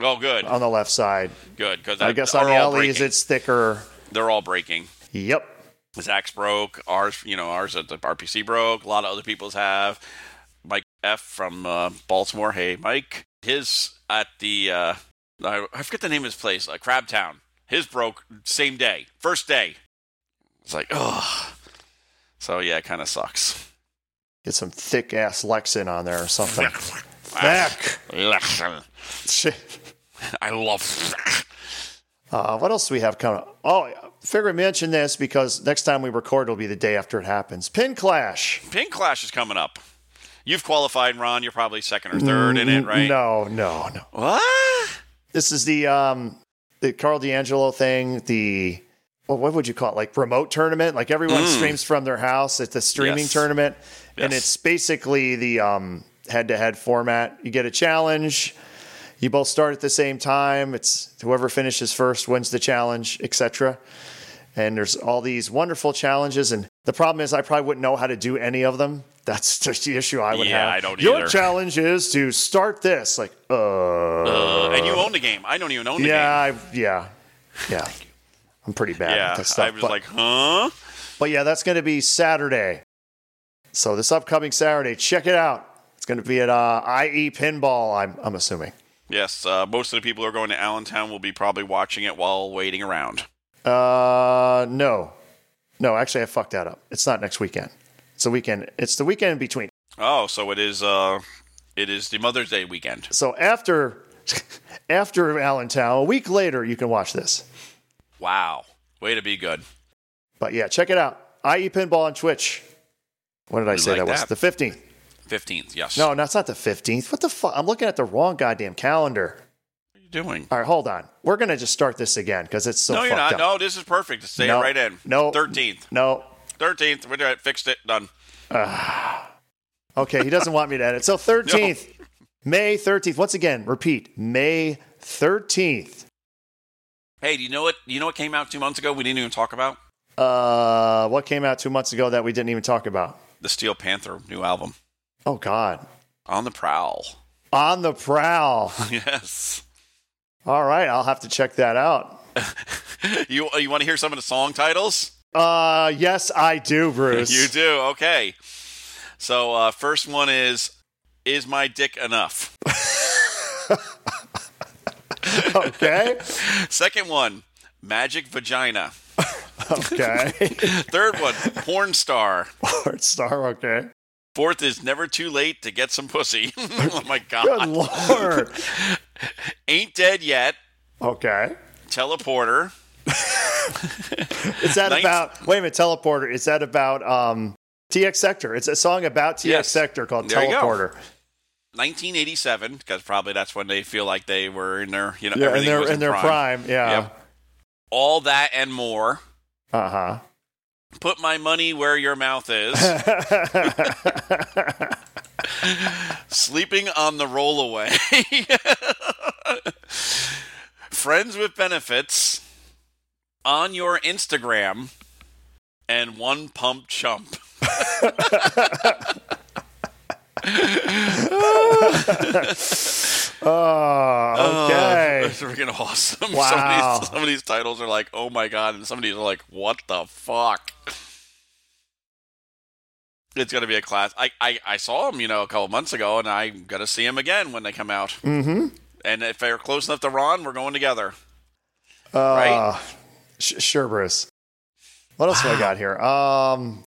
Oh good on the left side. good because I guess on the all alleys breaking. it's thicker. they're all breaking. Yep. Zach's broke. Ours, you know, ours at the RPC broke. A lot of other people's have. Mike F from uh, Baltimore. Hey, Mike. His at the uh, I, I forget the name of his place, uh, Crabtown. His broke same day, first day. It's like, oh. So yeah, it kind of sucks. Get some thick ass Lexan on there or (laughs) something. Thick. Lexan. Shit. I love. (laughs) Uh, what else do we have coming? up? Oh, I figure I mention this because next time we record will be the day after it happens. Pin Clash. Pin Clash is coming up. You've qualified, Ron. You're probably second or third in it, Mm, right? No, no, no. What? This is the um the Carl D'Angelo thing, the well, what would you call it? Like remote tournament? Like everyone streams from their house. It's a streaming Mm. Yes. tournament. And Yes. it's basically the um head to head format. You get a challenge, you both start at the same time. It's whoever finishes first wins the challenge, etc. And there's all these wonderful challenges. And the problem is I probably wouldn't know how to do any of them. That's (laughs) just the issue I would Yeah, have. I don't Your either. challenge is to start this. Like, uh Uh, and you own the game. I don't even own the yeah, game. I, yeah, yeah. I'm pretty bad Yeah, at that stuff. I was but, like, huh? but yeah, that's going to be Saturday. So this upcoming Saturday, check it out. It's going to be at uh, IE Pinball. I'm I'm assuming. Yes, uh, most of the people who are going to Allentown will be probably watching it while waiting around. Uh, no, no. Actually, I fucked that up. It's not next weekend. It's the weekend. It's the weekend in between. Oh, so it is. Uh, it is the Mother's Day weekend. So after (laughs) after Allentown, a week later, you can watch this. Wow, way to be good. But yeah, check it out. IE Pinball on Twitch. What did I We say like that was? that. The 15th. Fifteenth, yes. No, that's not the 15th. What the fuck? I'm looking at the wrong goddamn calendar. what are you doing? All right, hold on. We're going to just start this again because it's so no, you're fucked not. up. No, this is perfect. Just Stay No. right in. No. thirteenth, No. thirteenth. We did it. Fixed it. Done. Okay, he doesn't want me to (laughs) edit. So 13th, May 13th. Once again, repeat, May 13th. Hey, do you know what? You know what came out two months ago? We didn't even talk about Uh, what came out two months ago that we didn't even talk about? the Steel Panther new album Oh, God. on the prowl. (laughs) On the prowl. yes. All right, I'll have to check that out. You you want to hear some of the song titles? Uh, yes, I do, Bruce. (laughs) You do. Okay. So uh, first one is is my dick enough? (laughs) Okay. Second one, magic vagina. Okay. (laughs) Third one, porn star. Lord Star, okay. Fourth is never too late to get some pussy. (laughs) oh my (laughs) Good god. Lord. Ain't dead yet. Okay. Teleporter. Is that Nice. about? Wait a minute, Teleporter. Is that about um, TX Sector? It's a song about TX Yes. Sector called There you go. Teleporter. 1987, because probably that's when they feel like they were in their, you know, Yeah, in everything their was in, their prime. Yeah. Yep. All that and more. Uh Put my money where your mouth is. huh. Sleeping on the rollaway. (laughs) Friends with benefits. On your Instagram. And one pump chump. oh, Uh, okay. it's freaking awesome. Wow. Some, of these, some of these titles are like, oh my god, and some of these are like, what the fuck? It's gonna be a class. I, I, I saw them, you know, a couple months ago, and I'm gonna see them again when they come out. mm-hmm. And if they're close enough to Ron, we're going together. Uh, (laughs) Right? Sh- sure, Bruce. What else do I got here? Um,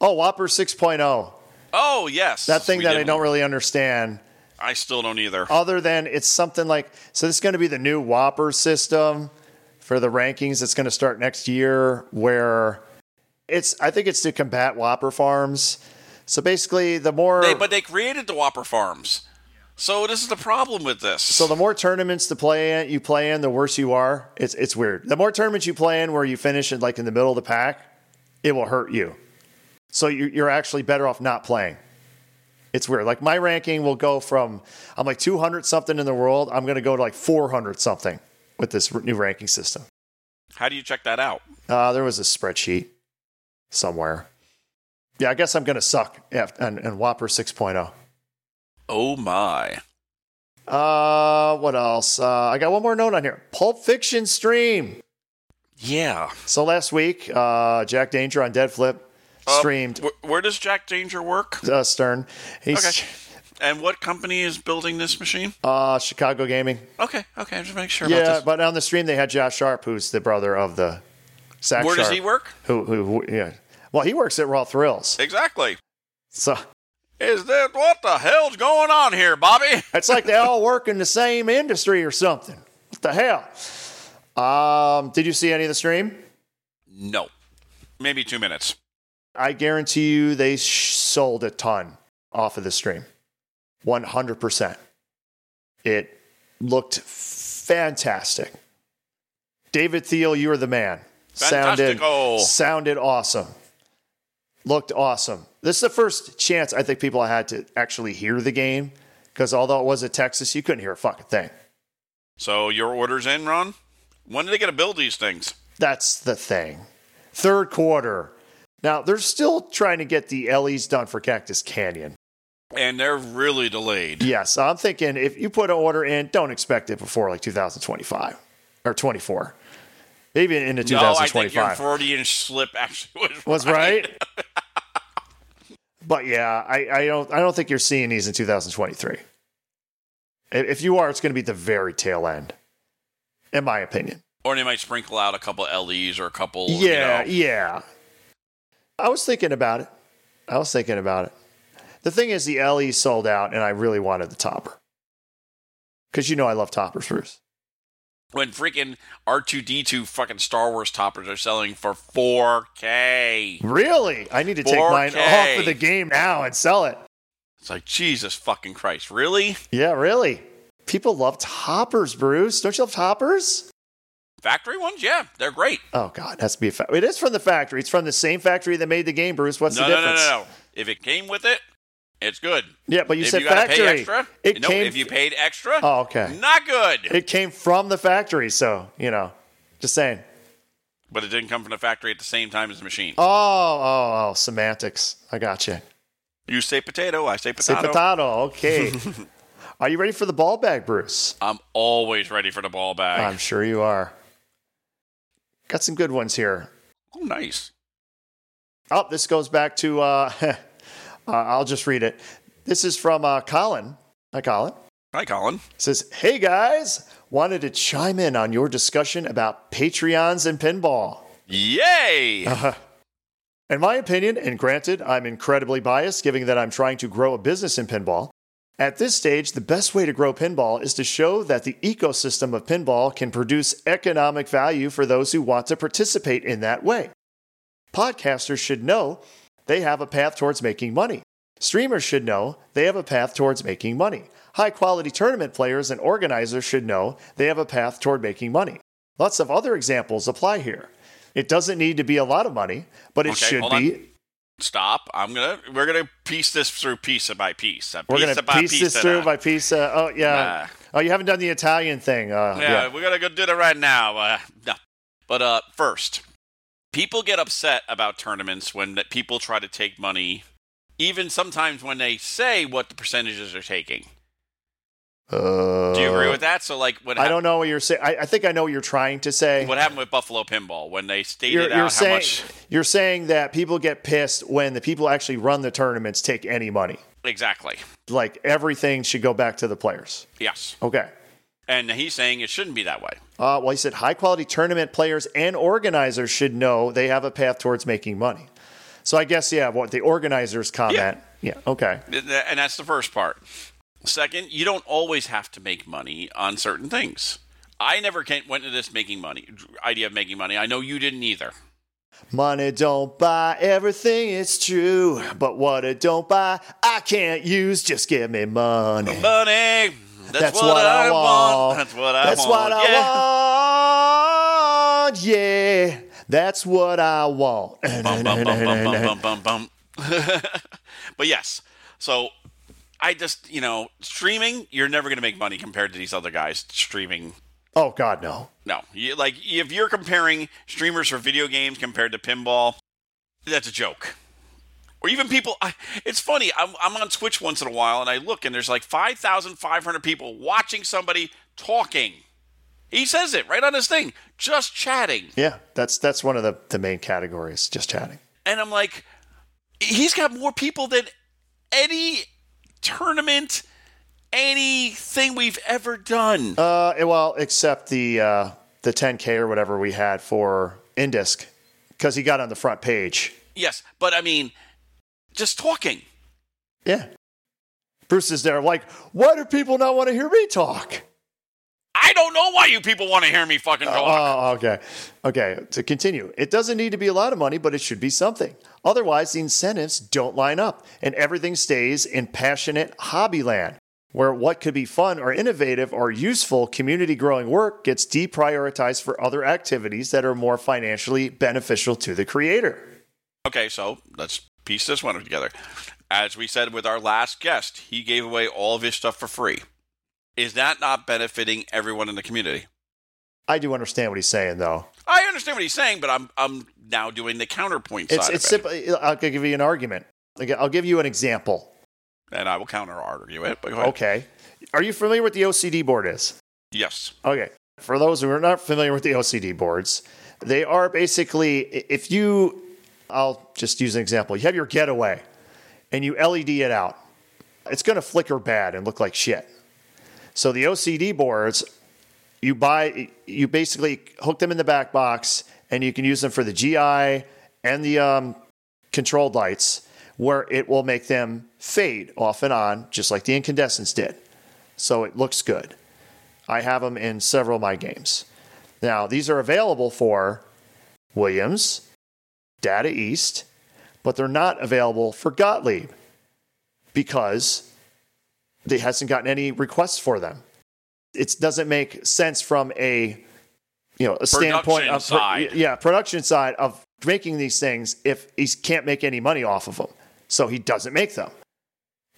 oh, Whopper 6.0. Oh yes, That thing We that I did- don't really understand. I still don't either. other than it's something like so this is going to be the new whopper system for the rankings that's going to start next year where it's i think it's to combat whopper farms so basically the more They, but they created the Whopper Farms, so this is the problem with this. so the more tournaments to play in, you play in the worse you are it's it's weird the more tournaments you play in where you finish in like in the middle of the pack it will hurt you so you- you're actually better off not playing it's weird like my ranking will go from i'm like 200 something in the world i'm going to go to like 400 something with this r- new ranking system How do you check that out? uh, there was a spreadsheet somewhere yeah i guess i'm going to suck at, and, and whopper 6.0 Oh my! uh, what else? Uh, I got one more note on here. Pulp Fiction stream. Yeah. So last week, uh, Jack Danger on Dead Flip Uh, streamed wh- where does Jack Danger work? uh, Stern. He's Okay. And what company is building this machine? Uh, Chicago Gaming. Okay, okay, I'm just making sure about Yeah, this. but on the stream they had Josh Sharp, who's the brother of the Zach Where does Sharp, he work? Who, who, who- yeah. Well, he works at Raw Thrills. Exactly. So Is that what the hell's going on here, Bobby? it's like they all work in the same industry or something. What the hell? Um, did you see any of the stream? No. Maybe two minutes. I guarantee you they sh- sold a ton off of the stream. 100%. It looked fantastic. David Thiel, you are the man. Sounded, Fantastico. sounded awesome. Looked awesome. This is the first chance I think people had to actually hear the game because although it was at Texas, you couldn't hear a fucking thing. So your order's in, Ron? When do they get to build these things? That's the thing. Third quarter. Now, they're still trying to get the LEs done for Cactus Canyon. And they're really delayed. Yes, I'm thinking if you put an order in, don't expect it before like 2025 or 24, maybe into No, I think 2025. your (laughs) 40 inch slip actually (laughs) was, was right. but yeah, I, I don't I don't think you're seeing these in 2023. I- If you are, it's going to be at the very tail end, in my opinion. Or they might sprinkle out a couple LEs or a couple. you Yeah, know. yeah. I was thinking about it. I was thinking about it. The thing is, the LE sold out, and I really wanted the topper because you know I love toppers, Bruce. When freaking R2D2 fucking Star Wars toppers are selling for 4K. Really? I need to take mine 4K. off of the game now and sell it. It's like, Jesus fucking Christ. Really? Yeah, really. People love toppers, Bruce. Don't you love toppers? Factory ones? Yeah, they're great. Oh God, it has to be a fa- it is from the factory. It's from the same factory that made the game, Bruce. What's no, the no, no, no, difference? no. If it came with it, it's good. Yeah, but you if said you gotta factory. pay extra, it no, came. if you paid extra, oh, okay. not good. It came from the factory, so you know. Just saying. but it didn't come from the factory at the same time as the machine. Oh, oh, oh, semantics. I got you. You say potato, I say Say potato. potato. Okay. (laughs) are you ready for the ball bag, Bruce? I'm always ready for the ball bag. I'm sure you are. Got some good ones here. oh, nice. Oh, this goes back to, uh, (laughs) uh, I'll just read it. This is from uh, Colin. Hi, Colin. Hi, Colin. It says, Hey guys, wanted to chime in on your discussion about Patreons and pinball. Uh-huh. Yay! Oh. In my opinion, and granted, I'm incredibly biased given that I'm trying to grow a business in pinball. At this stage, the best way to grow pinball is to show that the ecosystem of pinball can produce economic value for those who want to participate in that way. Podcasters should know they have a path towards making money. Streamers should know they have a path towards making money. High quality tournament players and organizers should know they have a path toward making money. Lots of other examples apply here. It doesn't need to be a lot of money, but it Okay, should hold be. Stop. I'm gonna. We're gonna piece this through piece by piece. Uh, We're piece going to by piece this of through that. by piece. Uh, oh, yeah. Oh, you haven't done the Italian thing. Uh, yeah, yeah. we're gonna go do that right now. Uh, no, but uh, first, people get upset about tournaments when that people try to take money, even sometimes when they say what the percentages are taking. Uh, Do you agree with that? So, like, what I hap- don't know what you're saying. I I think I know what you're trying to say. what happened with Buffalo Pinball when they stated you're, out you're how saying much you're saying that people get pissed when the people actually run the tournaments take any money. exactly? Like everything should go back to the players. Yes, Okay. and he's saying it shouldn't be that way. Uh, well, he said high quality tournament players and organizers should know they have a path towards making money. So I guess yeah, what the organizers comment. Yeah. Okay. Th- th- and that's the first part. Second, you don't always have to make money on certain things. I never came, went into this making money idea of making money. I know you didn't either. Money don't buy everything. It's true, but what it don't buy, I can't use. Just give me money. Money. That's, what, I, want. That's what I That's want. what I yeah. want. Yeah. That's what I want. Bum, bum, bum, bum, (laughs) bum, bum, bum, bum. (laughs) but yes, so I just you know streaming, you're never going to make money compared to these other guys streaming. Oh God, no. No, you, like if you're comparing streamers for video games compared to pinball, that's a joke. Or even people, I, it's funny. I'm, I'm on Twitch once in a while, and I look, and there's like 5,500 people watching somebody talking. He says it right on his thing, just chatting. Yeah, that's that's one of the, the main categories. Just chatting. and I'm like, he's got more people than any tournament anything we've ever done. Uh, eh, well, except the uh, the 10K or whatever we had for Indisc, because he got on the front page. yes, but I mean, just talking. Yeah. Bruce is there, like, why do people not want to hear me talk? I don't know why you people want to hear me (laughs) fucking talk. Oh, okay. Okay. To continue, it doesn't need to be a lot of money, but it should be something. Otherwise, the incentives don't line up and everything stays in passionate hobbyland, where what could be fun or innovative or useful community growing work gets deprioritized for other activities that are more financially beneficial to the creator. Okay, so let's piece this one together. As we said with our last guest, he gave away all of his stuff for free. Is that not benefiting everyone in the community? I do understand what he's saying, though. I understand what he's saying, but I'm I'm now doing the counterpoint It's, side it's of it, simple. I'll give you an argument. Like, I'll give you an example. and I will counter argue it. But go ahead. Okay. Are you familiar with the OCD board is? Yes. Okay. For those who are not familiar with the OCD boards, they are basically i- if you, I'll just use an example. You have your getaway and you LED it out, it's going to flicker bad and look like shit. So the OCD boards, you buy, you basically hook them in the back box and you can use them for the GI and the um, controlled lights where it will make them fade off and on, just like the incandescents did. So it looks good. I have them in several of my games. Now, these are available for Williams, Data East, but they're not available for Gottlieb because they hasn't gotten any requests for them. It doesn't make sense from a you know a standpoint of Production side. yeah production side of making these things if he can't make any money off of them, so he doesn't make them.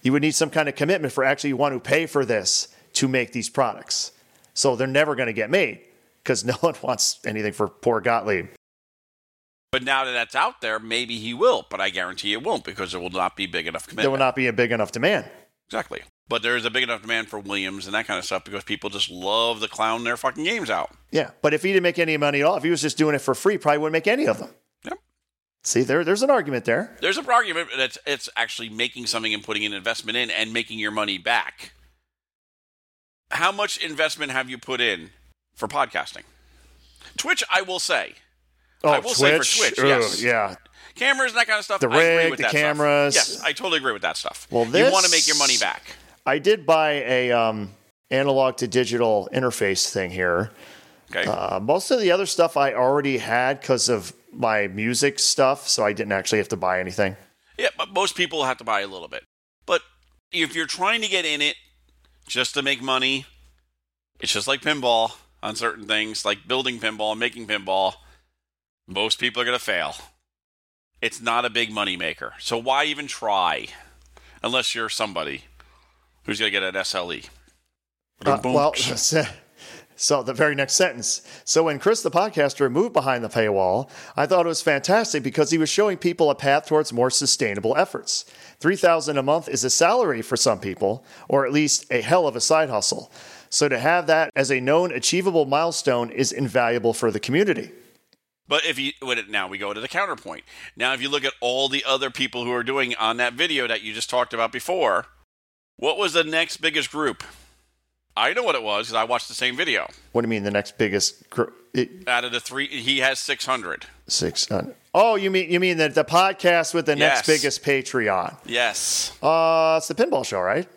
You would need some kind of commitment for actually you want to pay for this to make these products. So they're never going to get made because (laughs) no one wants anything for poor Gottlieb. But now that that's out there, maybe he will, but I guarantee it won't because there will not be big enough commitment. There will not be a big enough demand. Exactly. But there is a big enough demand for Williams and that kind of stuff because people just love to clown their fucking games out. Yeah. But if he didn't make any money at all, if he was just doing it for free, probably wouldn't make any of them. Yep. See, there, there's an argument there. There's an argument that it's, it's actually making something and putting an investment in and making your money back. How much investment have you put in for podcasting? Twitch, I will say. Oh, I will say for Twitch, yes. Yeah. Cameras and that kind of stuff. The I agree rig, with the that stuff. cameras. Yes, I totally agree with that stuff. Well, you want this- to make your money back. I did buy a um, analog to digital interface thing here. Okay. Uh, most of the other stuff I already had because of my music stuff, so I didn't actually have to buy anything. Yeah, but most people have to buy a little bit. But if you're trying to get in it just to make money, it's just like pinball on certain things, like building pinball and making pinball. Most people are going to fail. It's not a big money maker. So why even try? Unless you're somebody who's going to get an E. SLE. Uh, Boom. well, (laughs) so the very next sentence. So when Chris the podcaster moved behind the paywall, I thought it was fantastic because he was showing people a path towards more sustainable efforts. 3000 a month is a salary for some people, or at least a hell of a side hustle. So to have that as a known achievable milestone is invaluable for the community. But if you wait, a- now we go to the counterpoint. Now, if you look at all the other people who are doing on that video that you just talked about before, what was the next biggest group? I know what it was because I watched the same video. What do you mean the next biggest gr- it, Out of the three, he has 600. six? Uh, oh, you mean you mean the, the podcast with the next Yes. biggest Patreon? Yes. Uh, it's the pinball show, right?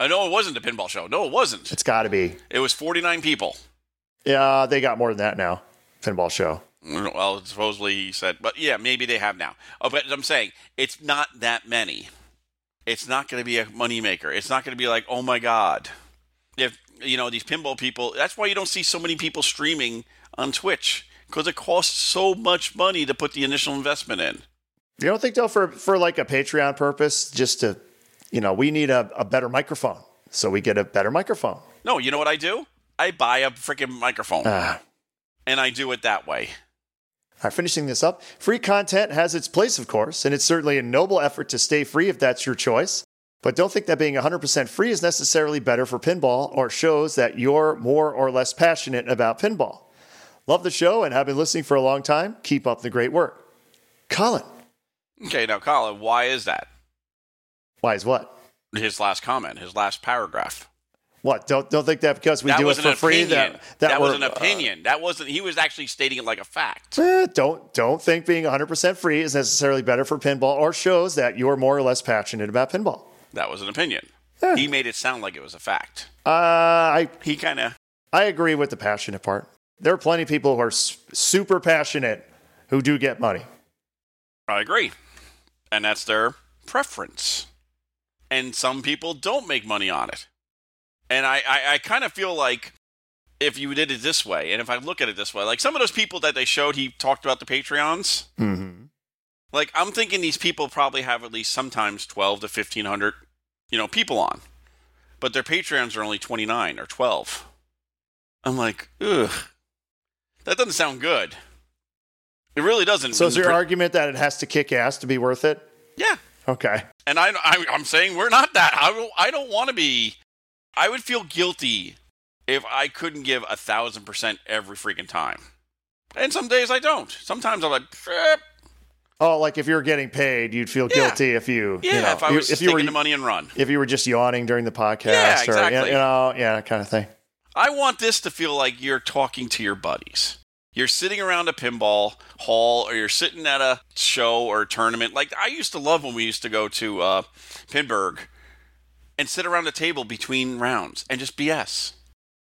I know it wasn't the pinball show. No, it wasn't. It's got to be. It was 49 people. Yeah, they got more than that now. Pinball show. Well, supposedly he said, but yeah, maybe they have now. Oh, but I'm saying it's not that many. It's not going to be a moneymaker. It's not going to be like, oh my God. If, you know, these pinball people, that's why you don't see so many people streaming on Twitch because it costs so much money to put the initial investment in. You don't think though for for like a Patreon purpose, just to you know, we need a, a better microphone. So we get a better microphone. No, you know what I do? I buy a freaking microphone Ah. and I do it that way. All right, finishing this up. Free content has its place, of course, and it's certainly a noble effort to stay free if that's your choice. But don't think that being 100% free is necessarily better for pinball or shows that you're more or less passionate about pinball. Love the show and have been listening for a long time. Keep up the great work. Colin, Okay, now, Colin, why is that? why is what? his last comment, his last paragraph. What? Don't don't think that because we that do it was for an free. opinion. That That, that, was we're- uh, an opinion. that wasn't. He was actually stating it like a fact. Eh, don't don't think being 100% free is necessarily better for pinball or shows that you're more or less passionate about pinball. Eh, That was an opinion. He made it sound like it was a fact. Uh, I He kind of. I agree with the passionate part. There are plenty of people who are s- super passionate who do get money. I agree, and that's their preference. And some people don't make money on it. And I, I, I kind of feel like if you did it this way, and if I look at it this way, like some of those people that they showed, he talked about the Patreons. Mm-hmm. Like I'm thinking these people probably have at least sometimes 12 to 1500, you know, people on. But their Patreons are only 29 or 12. I'm like, ugh. That doesn't sound good. It really doesn't. So is your Pre- argument that it has to kick ass to be worth it? Yeah. Okay. And I, I I'm saying we're not that. I don't, I don't want to be. I would feel guilty if I couldn't give a thousand percent every freaking time. And some days I don't. Sometimes I'm like, "Eh, Oh, like if you're getting paid, you'd feel Yeah. guilty if you yeah, you know, if I you- was if taking you were the money and run. if you were just yawning during the podcast Yeah, or you- exactly. you know yeah that kind of thing. I want this to feel like you're talking to your buddies. You're sitting around a pinball hall or you're sitting at a show or a tournament. Like I used to love when we used to go to uh, Pinburg and sit around a table between rounds and just BS.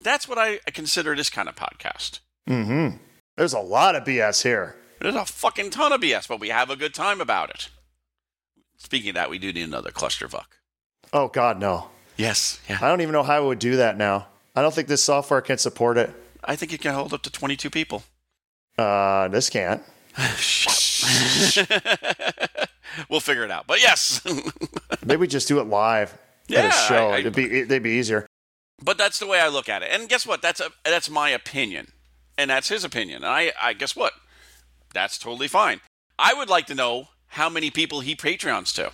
That's what I consider this kind of podcast. Mm-hmm. There's a lot of BS here. There's a fucking ton of BS, but we have a good time about it. Speaking of that, we do need another clusterfuck. Oh God, no! Yes, yeah. I don't even know how I would do that now. I don't think this software can support it. I think it can hold up to 22 people. Uh, this can't. we'll figure it out. But yes. (laughs) Maybe we just do it live at Yeah, a show. I- I- it'd be it'd be easier. But that's the way I look at it. And guess what? That's a that's my opinion, and that's his opinion. And I, I guess what? That's totally fine. I would like to know how many people he patreons to.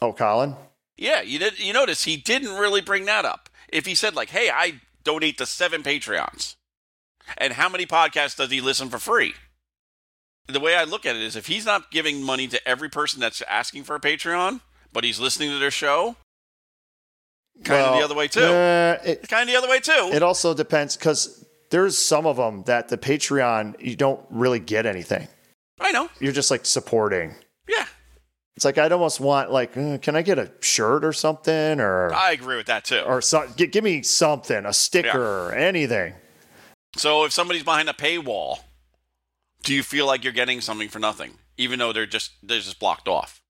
Oh, Colin. Yeah, you did. You notice he didn't really bring that up. If he said like, "Hey, I donate to seven patreons," and how many podcasts does he listen for free? The way I look at it is, if he's not giving money to every person that's asking for a Patreon, but he's listening to their show, kind of Well, the other way too. uh, it, kind of the other way too. it also depends because there's some of them that the Patreon you don't really get anything. I know. You're just like supporting. Yeah, It's like I'd almost want like, uh, can I get a shirt or something or I agree with that too. or so, gi- give me something, a sticker, anything. So if somebody's behind a paywall, do you feel like you're getting something for nothing, even though they're just they're just blocked off?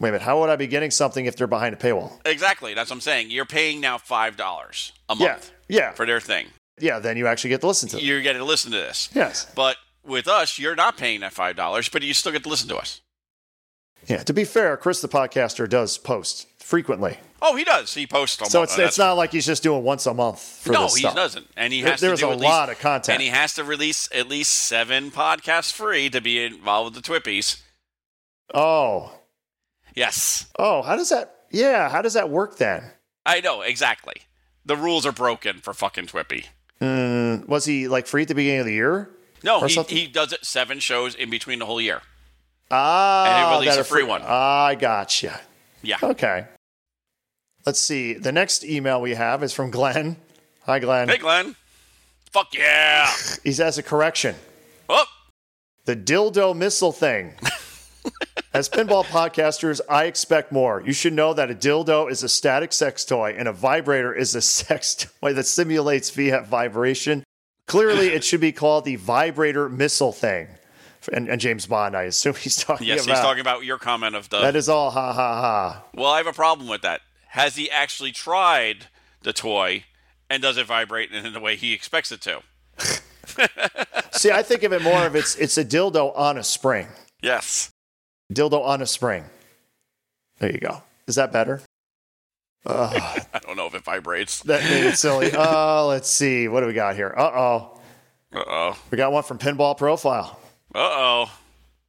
Wait a minute, how would I be getting something if they're behind a paywall? Exactly. That's what I'm saying. You're paying now five dollars a Yeah, month yeah, for their thing. yeah. Then you actually get to listen to them. You're getting to listen to this, Yes. but with us, you're not paying that five dollars, but you still get to listen to us. Yeah. To be fair, Chris the podcaster does post frequently, Oh, he does. He posts. so it's it's not like he's just doing once a month for no, this he stuff. doesn't, and he There- has there's to do a at least, lot of content. and he has to release at least seven podcasts free to be involved with the Twippies. Oh, Yes, oh, how does that? Yeah, how does that work then? I know exactly. The rules are broken for fucking Twippy. Mm, was he like free at the beginning of the year? No, Or he, something? he does it seven shows in between the whole year. Ah, And he released that a free one. I gotcha. Yeah. Okay. Let's see. The next email we have is from Glenn. Hi, Glenn. Hey, Glenn. (laughs) Fuck yeah. He has a correction. Oh, The dildo missile (laughs) thing. As pinball podcasters, I expect more. You should know that a dildo is a static sex toy and a vibrator is a (laughs) sex toy that simulates via vibration. Clearly, it should be called the vibrator missile thing. And, and James Bond, I assume he's talking yes, about. he's talking about your comment of the. that is all ha ha ha. well, I have a problem with that. Has he actually tried the toy and does it vibrate in the way he expects it to? See, I think of it more of it's it's a dildo on a spring. Yes. Dildo on a spring. There you go. Is that better? Ugh. (laughs) I don't know if it vibrates. That made it (laughs) silly. Oh, let's see. What do we got here? Uh oh. Uh oh. We got one from Pinball Profile. Uh oh.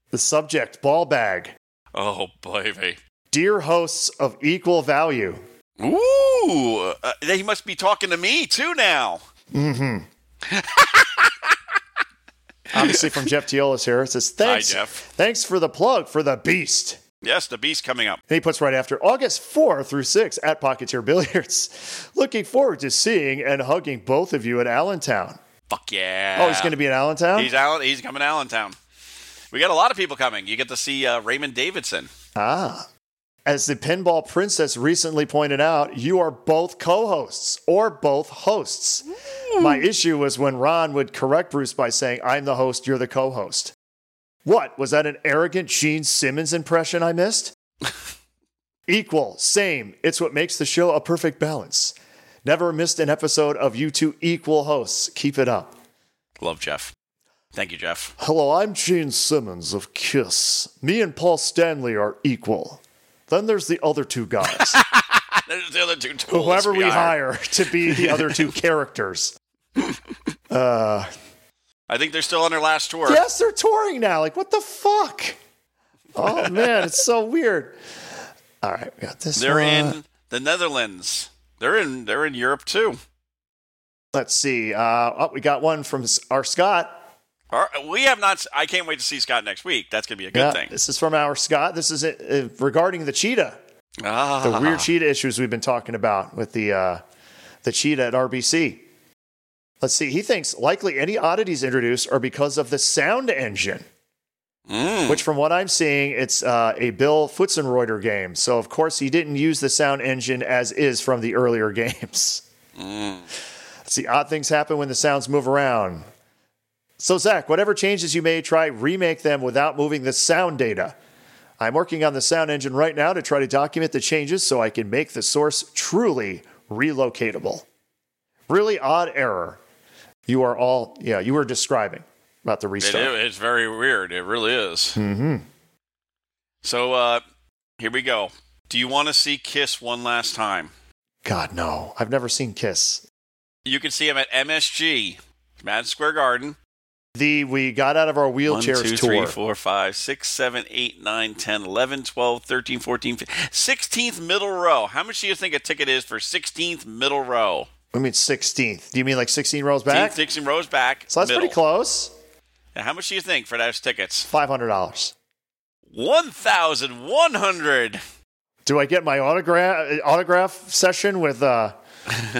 The subject ball bag. Oh, baby. Dear hosts of equal value. Ooh. Uh, he must be talking to me too now. Mm-hmm. (laughs) Obviously from Jeff Teolis here. It says, thanks. Jeff." Thanks for the plug for the beast. Yes, the beast coming up. And he puts right after August 4 through 6 at Pocketeer Billiards. (laughs) Looking forward to seeing and hugging both of you at Allentown. Fuck yeah! Oh, he's going to be in Allentown? He's Allen. He's coming to Allentown. We got a lot of people coming. You get to see uh, Raymond Davidson. ah. As the Pinball Princess recently pointed out, you are both co hosts or both hosts. My issue was when Ron would correct Bruce by saying, I'm the host, you're the co host. What? Was that an arrogant Gene Simmons impression I missed? Equal, same. It's what makes the show a perfect balance. Never missed an episode of you two equal hosts. Keep it up. Love Jeff. Thank you, Jeff. (laughs) Hello, I'm Gene Simmons of Kiss. Me and Paul Stanley are equal. Then there's the other two (laughs) guys, There's the other two tools. whoever we hired. hire to be (laughs) the other two characters. Uh, I think they're still on their last tour. yes, they're touring now. Like, what the fuck? (laughs) Oh man, it's so weird. All right, we got this. They're one. uh, in the Netherlands. They're in they're in Europe too. Let's see. Uh, oh, we got one from s- our Scott. All right, we have not. s- I can't wait to see Scott next week. That's gonna be a good Yeah, thing. This is from our Scott. This is uh, regarding the cheetah. ah, the (laughs) weird cheetah issues we've been talking about with the uh, the cheetah at RBC. Let's see. He thinks likely any oddities introduced are because of the sound engine, Mm. which, from what I'm seeing, it's uh, a Bill Futzenreuter game. So, of course, he didn't use the sound engine as is from the earlier (laughs) games. Mm. See, odd things happen when the sounds move around. So, Zach, whatever changes you made, try remake them without moving the sound data. I'm working on the sound engine right now to try to document the changes so I can make the source truly relocatable. Really odd error. You are all, yeah, you were describing about the It, restart. it's very weird. It really is. hmm So uh, here we go. Do you want to see Kiss one last time? God, no. I've never seen Kiss. You can see him at MSG, Madison Square Garden. The We Got Out of Our One, Wheelchairs two, tour. three, four, five, six, seven, eight, nine, 10, 11, 12, 13, 14, 15. 16th middle row. How much do you think a ticket is for 16th middle row? I mean, 16th. Do you mean like 16 rows back? 16 rows back. So that's middle. pretty close. Now, how much do you think for those tickets? $500. 1,100. Do I get my autograph autograph session with uh,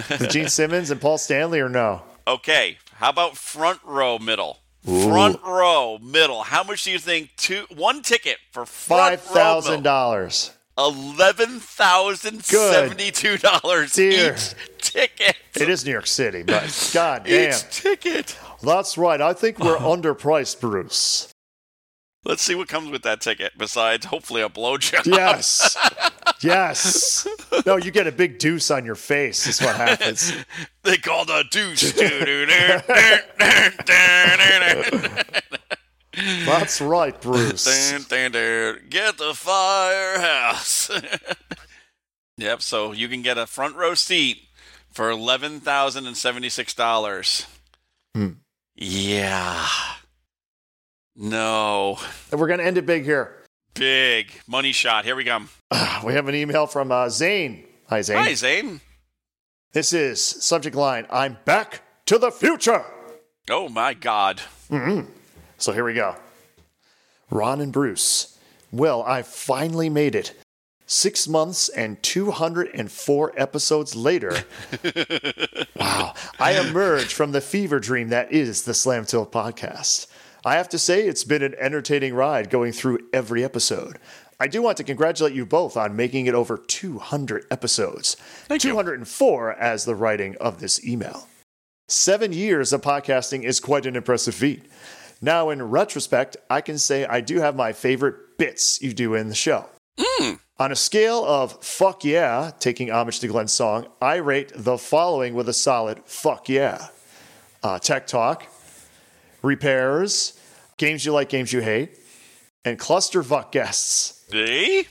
with Gene Simmons and Paul Stanley or no? Okay. How about front row middle? Front row middle. How much do you think two one ticket for front Five row middle? thousand dollars. Eleven thousand seventy-two dollars Dear. each ticket. It is New York City, but god damn, Each ticket. that's right. I think we're underpriced, Bruce. Let's see what comes with that ticket. Besides, hopefully, a blowjob. Yes, yes. No, you get a big deuce on your face. Is what happens. (laughs) They called a (laughs) deuce. (laughs) Get That's right, Bruce. the firehouse. (laughs) yep. So you can get a front row seat for eleven thousand and seventy-six dollars. Hmm. Yeah. No. And we're gonna end it big here. (sighs) Big money shot. Here we come. Ah, We have an email from uh, Zane. Hi, Zane. Hi, Zane. This is subject line. I'm back to the future. Oh my God. So here we go. Ron and Bruce. Well, I finally made it. Six months and 204 episodes later. wow. I emerged from the fever dream that is the Slam Tilt podcast. I have to say, it's been an entertaining ride going through every episode. I do want to congratulate you both on making it over 200 episodes. 204 as the writing of this email. Seven years of podcasting is quite an impressive feat. Now, in retrospect, I can say I do have my favorite bits you do in the show. On a scale of fuck yeah, taking homage to Glenn's song, I rate the following with a solid fuck yeah uh, tech talk, repairs, games you like, games you hate, and clusterfuck guests. Eh?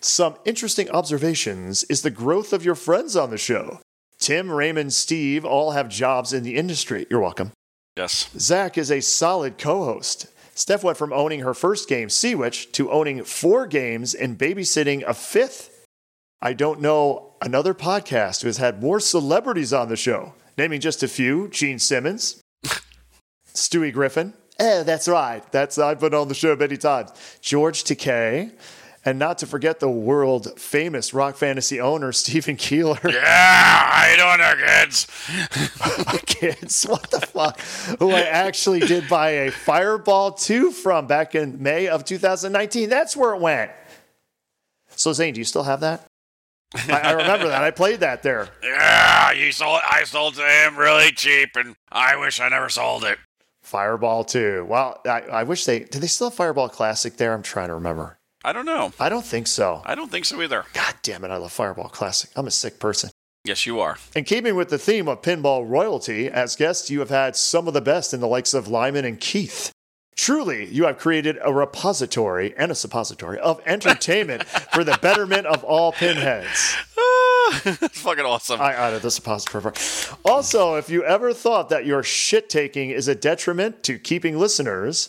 Some interesting observations is the growth of your friends on the show. Tim, Raymond, Steve all have jobs in the industry. You're welcome. Yes. Zach is a solid co host. Steph went from owning her first game, Sea Witch, to owning four games and babysitting a fifth. I don't know another podcast who has had more celebrities on the show, naming just a few Gene Simmons, (laughs) Stewie Griffin. Eh, that's right. That's I've been on the show many times. George Takei, And not to forget the world famous rock fantasy owner, (laughs) Stephen Keeler. Yeah, how you doing there, kids? (laughs) kids, (laughs) what the fuck? Who I actually did buy a Fireball 2 from back in May of 2019. That's where it went. So, Zane, do you still have that? I, I remember that. I played that there. Yeah, you sold. I sold to him really cheap, and I wish I never sold it. Fireball 2. Well, I, I wish they. Did they still have Fireball Classic there? I'm trying to remember. I don't know. I don't think so. I don't think so either. God damn it, I love Fireball Classic. I'm a sick person. Yes, you are. In keeping with the theme of pinball royalty, as guests, you have had some of the best in the likes of Lyman and Keith. Truly, you have created a repository and a suppository of (laughs) entertainment for the betterment of all pinheads. (laughs) That's fucking awesome. I added the suppository. part. Also, if you ever thought that your shit taking is a detriment to keeping listeners,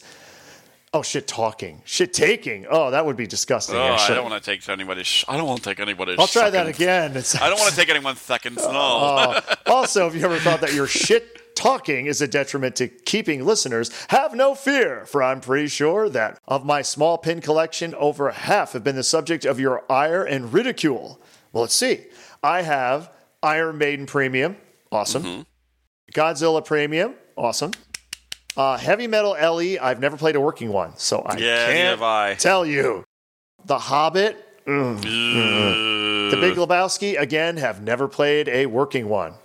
oh shit talking, shit taking. Oh, that would be disgusting. oh, I actually. don't want to take anybody's. Sh- I don't want to take anybody's. I'll try that second- again. Oh, It's- I don't want to take (laughs) anyone's seconds. No. also, if you ever thought that your shit talking is a detriment to keeping listeners, have no fear, for I'm pretty sure that of my small pin collection, over half have been the subject of your ire and ridicule. Well, let's see. I have Iron Maiden Premium, awesome. Mm-hmm. Godzilla Premium, awesome. Uh, Heavy Metal LE, I've never played a working one, so I Yeah, neither can't have (laughs) uh, I. tell you. The Hobbit, mm. The Big Lebowski, again, have never played a working one.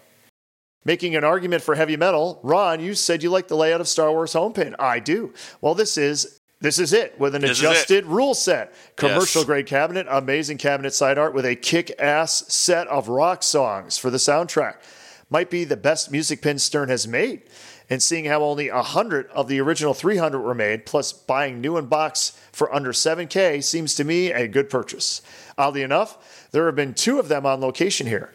Making an argument for heavy metal, Ron, you said you like the layout of Star Wars Homepin. I do. Well, this is this is it with an This is it. adjusted rule set, commercial grade cabinet, amazing cabinet side art with a kick ass set of rock songs for the soundtrack. Might be the best music Pin Stern has made. And seeing how only 100 of the original 300 were made, plus buying new in box for under 7K, seems to me a good purchase. Oddly enough, there have been two of them on location here.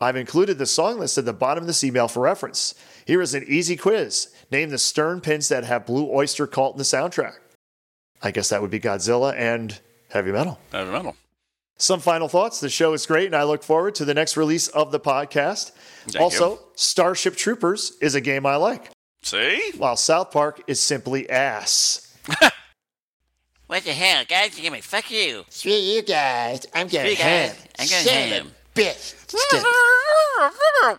I've included the song list at the bottom of this email for reference. Here is an easy quiz. Name the Stern pins that have Blue Oyster Cult in the soundtrack. I guess that would be Godzilla and heavy metal. Heavy metal. Some final thoughts. The show is great, and I look forward to the next release of the podcast. also, Starship Troopers is a game I like, See? while South Park is simply ass. (laughs) What the hell, guys? Give me fuck you. Screw you guys. I'm (laughs) going Screw you to guys. ham. I'm gonna Son of a ham.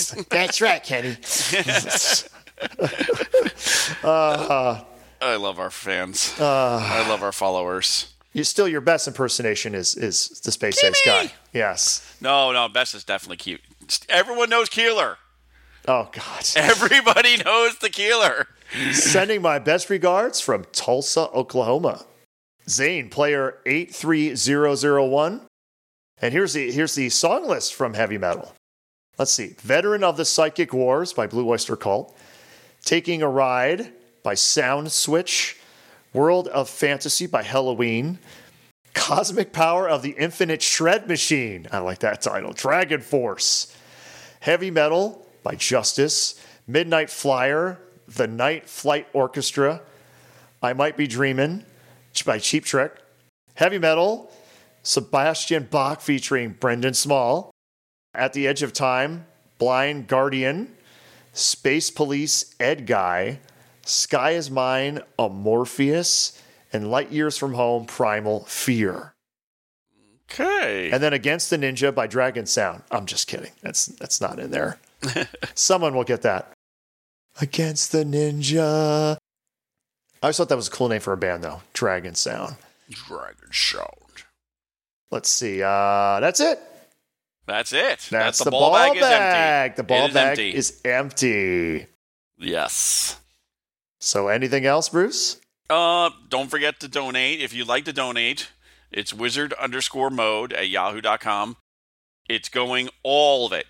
Bitch. That's right, Kenny. I love our fans. Uh. I love our followers. You still your best impersonation is is the space ace guy. Yes. No, no, Best is definitely cute. Everyone knows Keeler. (laughs) Oh God. Everybody knows the Keeler. Sending my best regards from Tulsa, Oklahoma. Zane, player eight three zero zero one. And here's the here's the song list from heavy metal. Let's see. Veteran of the Psychic Wars by Blue Oyster Cult. Taking a Ride by Sound Switch. World of Fantasy by Halloween. Cosmic Power of the Infinite Shred Machine. I like that title. Dragon Force. Heavy Metal by Justice. Midnight Flyer. The Night Flight Orchestra. I Might Be Dreamin' by Cheap Trick. Heavy Metal. Sebastian Bach featuring Brendan Small. At the Edge of Time, Blind Guardian, Space Police Ed Guy, Sky is Mine, A Morpheus, and Light Years from Home, Primal Fear. Okay. And then Against the Ninja by Dragon Sound. I'm just kidding. That's that's not in (laughs) there. Someone will get that. Against the Ninja. I always thought that was a cool name for a band though. Dragon Sound. Dragon Sound. Let's see. Uh, that's it. That's it. That's, the, ball, bag, is empty. The ball It is bag empty. is empty. Yes. So, anything else, Bruce? Uh, don't forget to donate. If you'd like to donate, it's wizard underscore mode at yahoo.com. It's going all of it.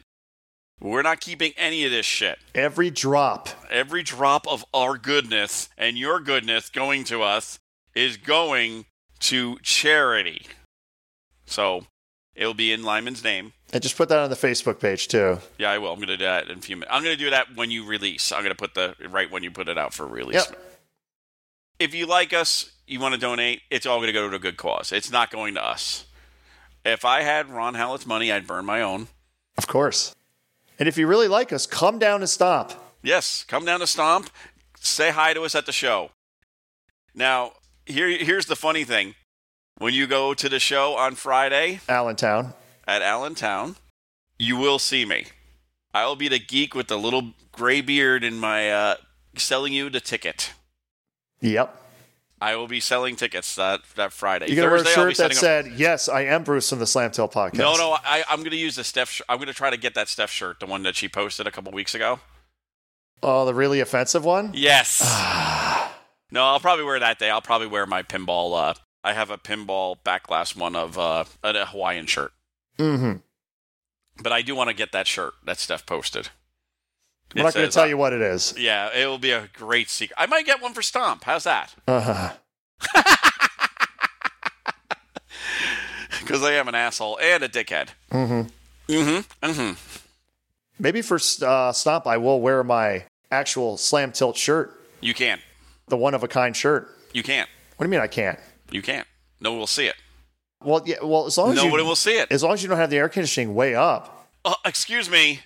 We're not keeping any of this shit. Every drop. Every drop of our goodness and your goodness going to us is going to charity. So it'll be in Lyman's name. And just put that on the Facebook page, too. Yeah, I will. I'm going to do that in a few minutes. I'm going to do that when you release. I'm going to put the right when you put it out for release. Yep. if you like us, you want to donate, it's all going to go to a good cause. It's not going to us. If I had Ron Hallett's money, I'd burn my own. Of course. And if you really like us, come down and stop. Yes, come down to Stomp, say hi to us at the show. Now, here, here's the funny thing. When you go to the show on Friday Allentown. at Allentown, you will see me. I will be the geek with the little gray beard in my uh, selling you the ticket. Yep. I will be selling tickets that that Friday. You're gonna wear a Thursday, I'll be shirt that setting up- said, "Yes, I am Bruce from the Slamtail Podcast." No, no, I, I'm going to use the Steph. Sh- I'm going to try to get that Steph shirt, the one that she posted a couple weeks ago. Oh, the really offensive one. Yes. Ah. no, I'll probably wear that day. I'll probably wear my pinball. Uh, I have a pinball backlash one of uh, a a Hawaiian shirt, Mm-hmm. but I do want to get that shirt that Steph posted. uh, I'm not going to tell you what it is. Yeah, it will be a great secret. I might get one for Stomp. How's that? (laughs) Uh, Because I am an asshole and a dickhead. mhm. Mm-hmm. Mm-hmm. Maybe for uh, Stomp, I will wear my actual Slam Tilt shirt, You can't. the one of a kind shirt. You can't. What do you mean I can't? You can't. No one will see it. Well, yeah, well, as long as Nobody you, will see it. as long as you don't have the air conditioning way up. Uh, excuse me.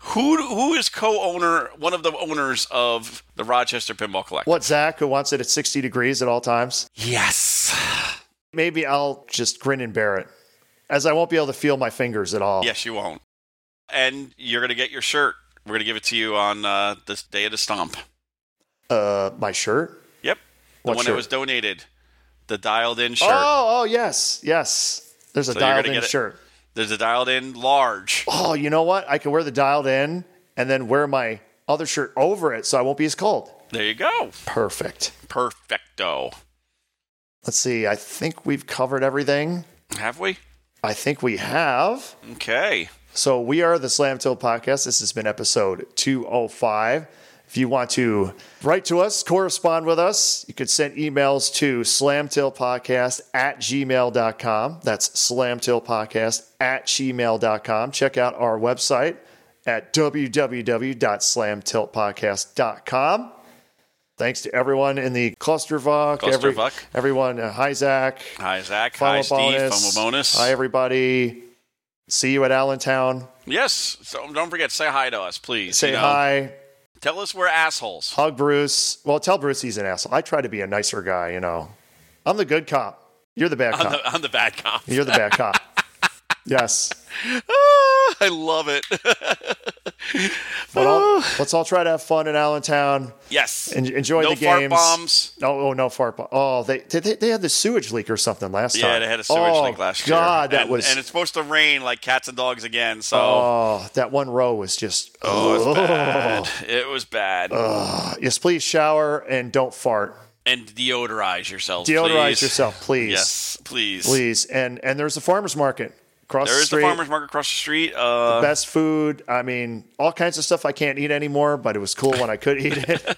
Who who is co-owner? One of the owners of the Rochester Pinball Collective. What Zach, who wants it at 60 degrees at all times? Yes. Maybe I'll just grin and bear it, as I won't be able to feel my fingers at all. Yes, you won't. And you're gonna get your shirt. We're gonna give it to you on uh, this day of the stomp. Uh, my shirt. Yep. The What one shirt? that was donated. The dialed in shirt. Oh, oh yes, yes. There's a So you're gonna dialed-in get it- shirt. There's a dialed in large. Oh, you know what? I could wear the dialed in and then wear my other shirt over it, so I won't be as cold. There you go. Perfect. Perfecto. Let's see. I think we've covered everything. Have we? I think we have. Okay. So we are the Slam Till Podcast. This has been episode 205. If you want to write to us, correspond with us, you could send emails to slamtailpodcast at gmail.com. That's slamtailpodcast at gmail.com. Check out our website at www.slamtiltpodcast.com. Thanks to everyone in the clusterfuck, every- Clusterfuck. everyone, uh, hi Zach, Hi Zach. Fomo Hi Steve. Fomo bonus. hi everybody. See you at Allentown. yes. So don't forget. Say hi to us, please. Say you know. hi, Tell us we're assholes. hug Bruce. Well, tell Bruce he's an asshole. I try to be a nicer guy, you know. I'm the good cop. You're the bad I'm cop. the, I'm the (laughs) bad cop. You're the bad (laughs) cop. Yes. Ah, I (laughs) love it. But all, let's all try to have fun in Allentown. yes. En- enjoy no the games. fart bombs. Oh, oh no fart bomb. Oh, they, they they they had the sewage leak or something last time. Yeah, they had a sewage oh, leak last year. God, that and, was And it's supposed to rain like cats and dogs again. So oh, that one row was just oh. Oh, it was bad. It was bad. Yes, please shower and don't fart. and deodorize yourself. Deodorize please. yourself, please. Yes, please. Please. And and there's a farmers market across There the is the street. farmer's market across the street. Uh, best food. I mean, all kinds of stuff I can't eat anymore, but it was cool when I could eat (laughs) it.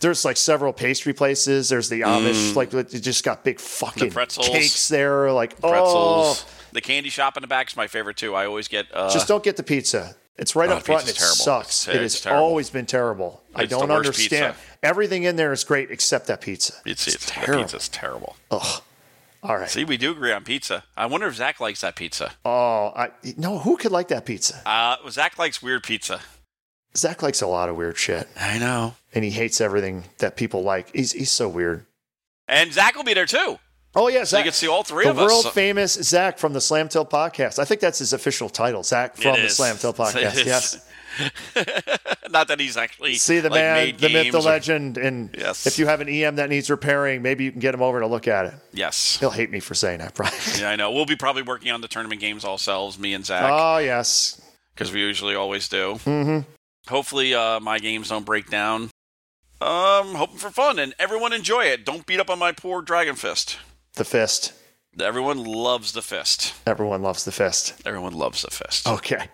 There's like several pastry places. There's the Amish, like they just got big fucking Mm. pretzels. cakes there. Like pretzels. oh, The candy shop in the back is my favorite too. I always get. Uh, just don't get the pizza. It's right Oh, up the front. and It pizza's terrible. sucks. It's- it it's has terrible. always been terrible. I It's the don't worst understand. pizza. Everything in there is great except that pizza. it's, it's, the terrible. pizza's terrible. All right. See, we do agree on pizza. I wonder if Zach likes that pizza. Oh, I, no. Who could like that pizza? Uh, Zach likes weird pizza. Zach likes a lot of weird shit, I know. and he hates everything that people like. He's he's so weird. And Zach will be there too. Oh yeah, Zach. you can see all three the of us. world famous Zach from the Slamtail podcast. I think that's his official title, Zach from It the is. Slamtail (laughs) It podcast. is. Yes. Not that he's actually See the like, man, made the myth, games the or- legend, and Yes. if you have an EM that needs repairing, maybe you can get him over to look at it. Yes. He'll hate me for saying that, (laughs) probably. Yeah, I know. We'll be probably working on the tournament games ourselves, me and Zach, oh yes, because we usually always do. hmm Hopefully, uh, my games don't break down. Um, hoping for fun and everyone enjoy it. Don't beat up on my poor Dragon Fist. the fist. Everyone loves the fist. Everyone loves the fist. Everyone loves the fist. (laughs) Okay.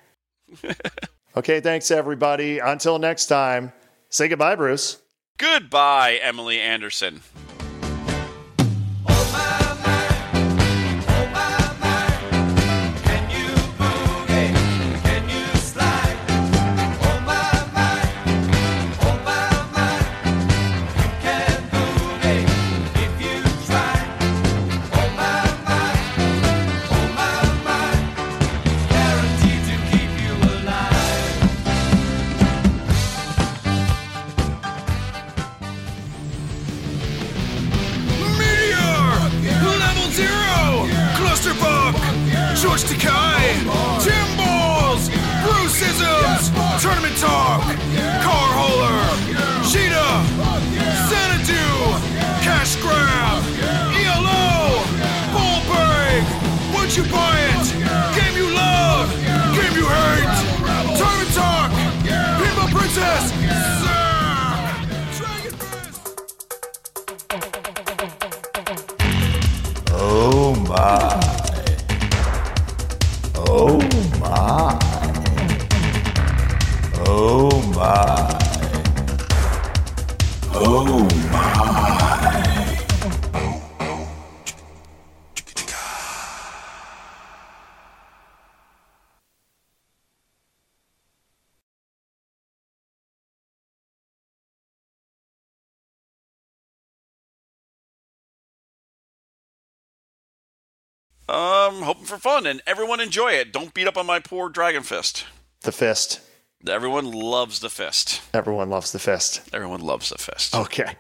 okay. Thanks everybody. Until next time, say goodbye, Bruce. Goodbye, Emily Anderson. Oh, Oh, George Takai, Tim Balls, Bruce Isms, Tournament Talk, Car Holer, Sheeta, Xanadu, Cash Grab, E ELO, Bullberg, Would You Buy It, Game You Love, Game You Hate, Tournament Talk, Pinball Princess, Zack, Dragon Fist. Oh my. Oh my. Oh my. Oh my. Um, hoping for fun and everyone enjoy it. Don't beat up on my poor Dragon Fist. The fist. Everyone loves the fist. Everyone loves the fist. Everyone loves the fist. Okay.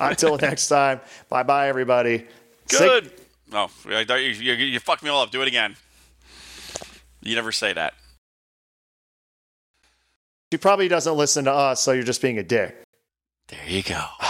Until next time. Bye bye, everybody. Sick- Good. No, I thought you, you, you fucked me all up. Do it again. You never say that. She probably doesn't listen to us, so you're just being a dick. There you go.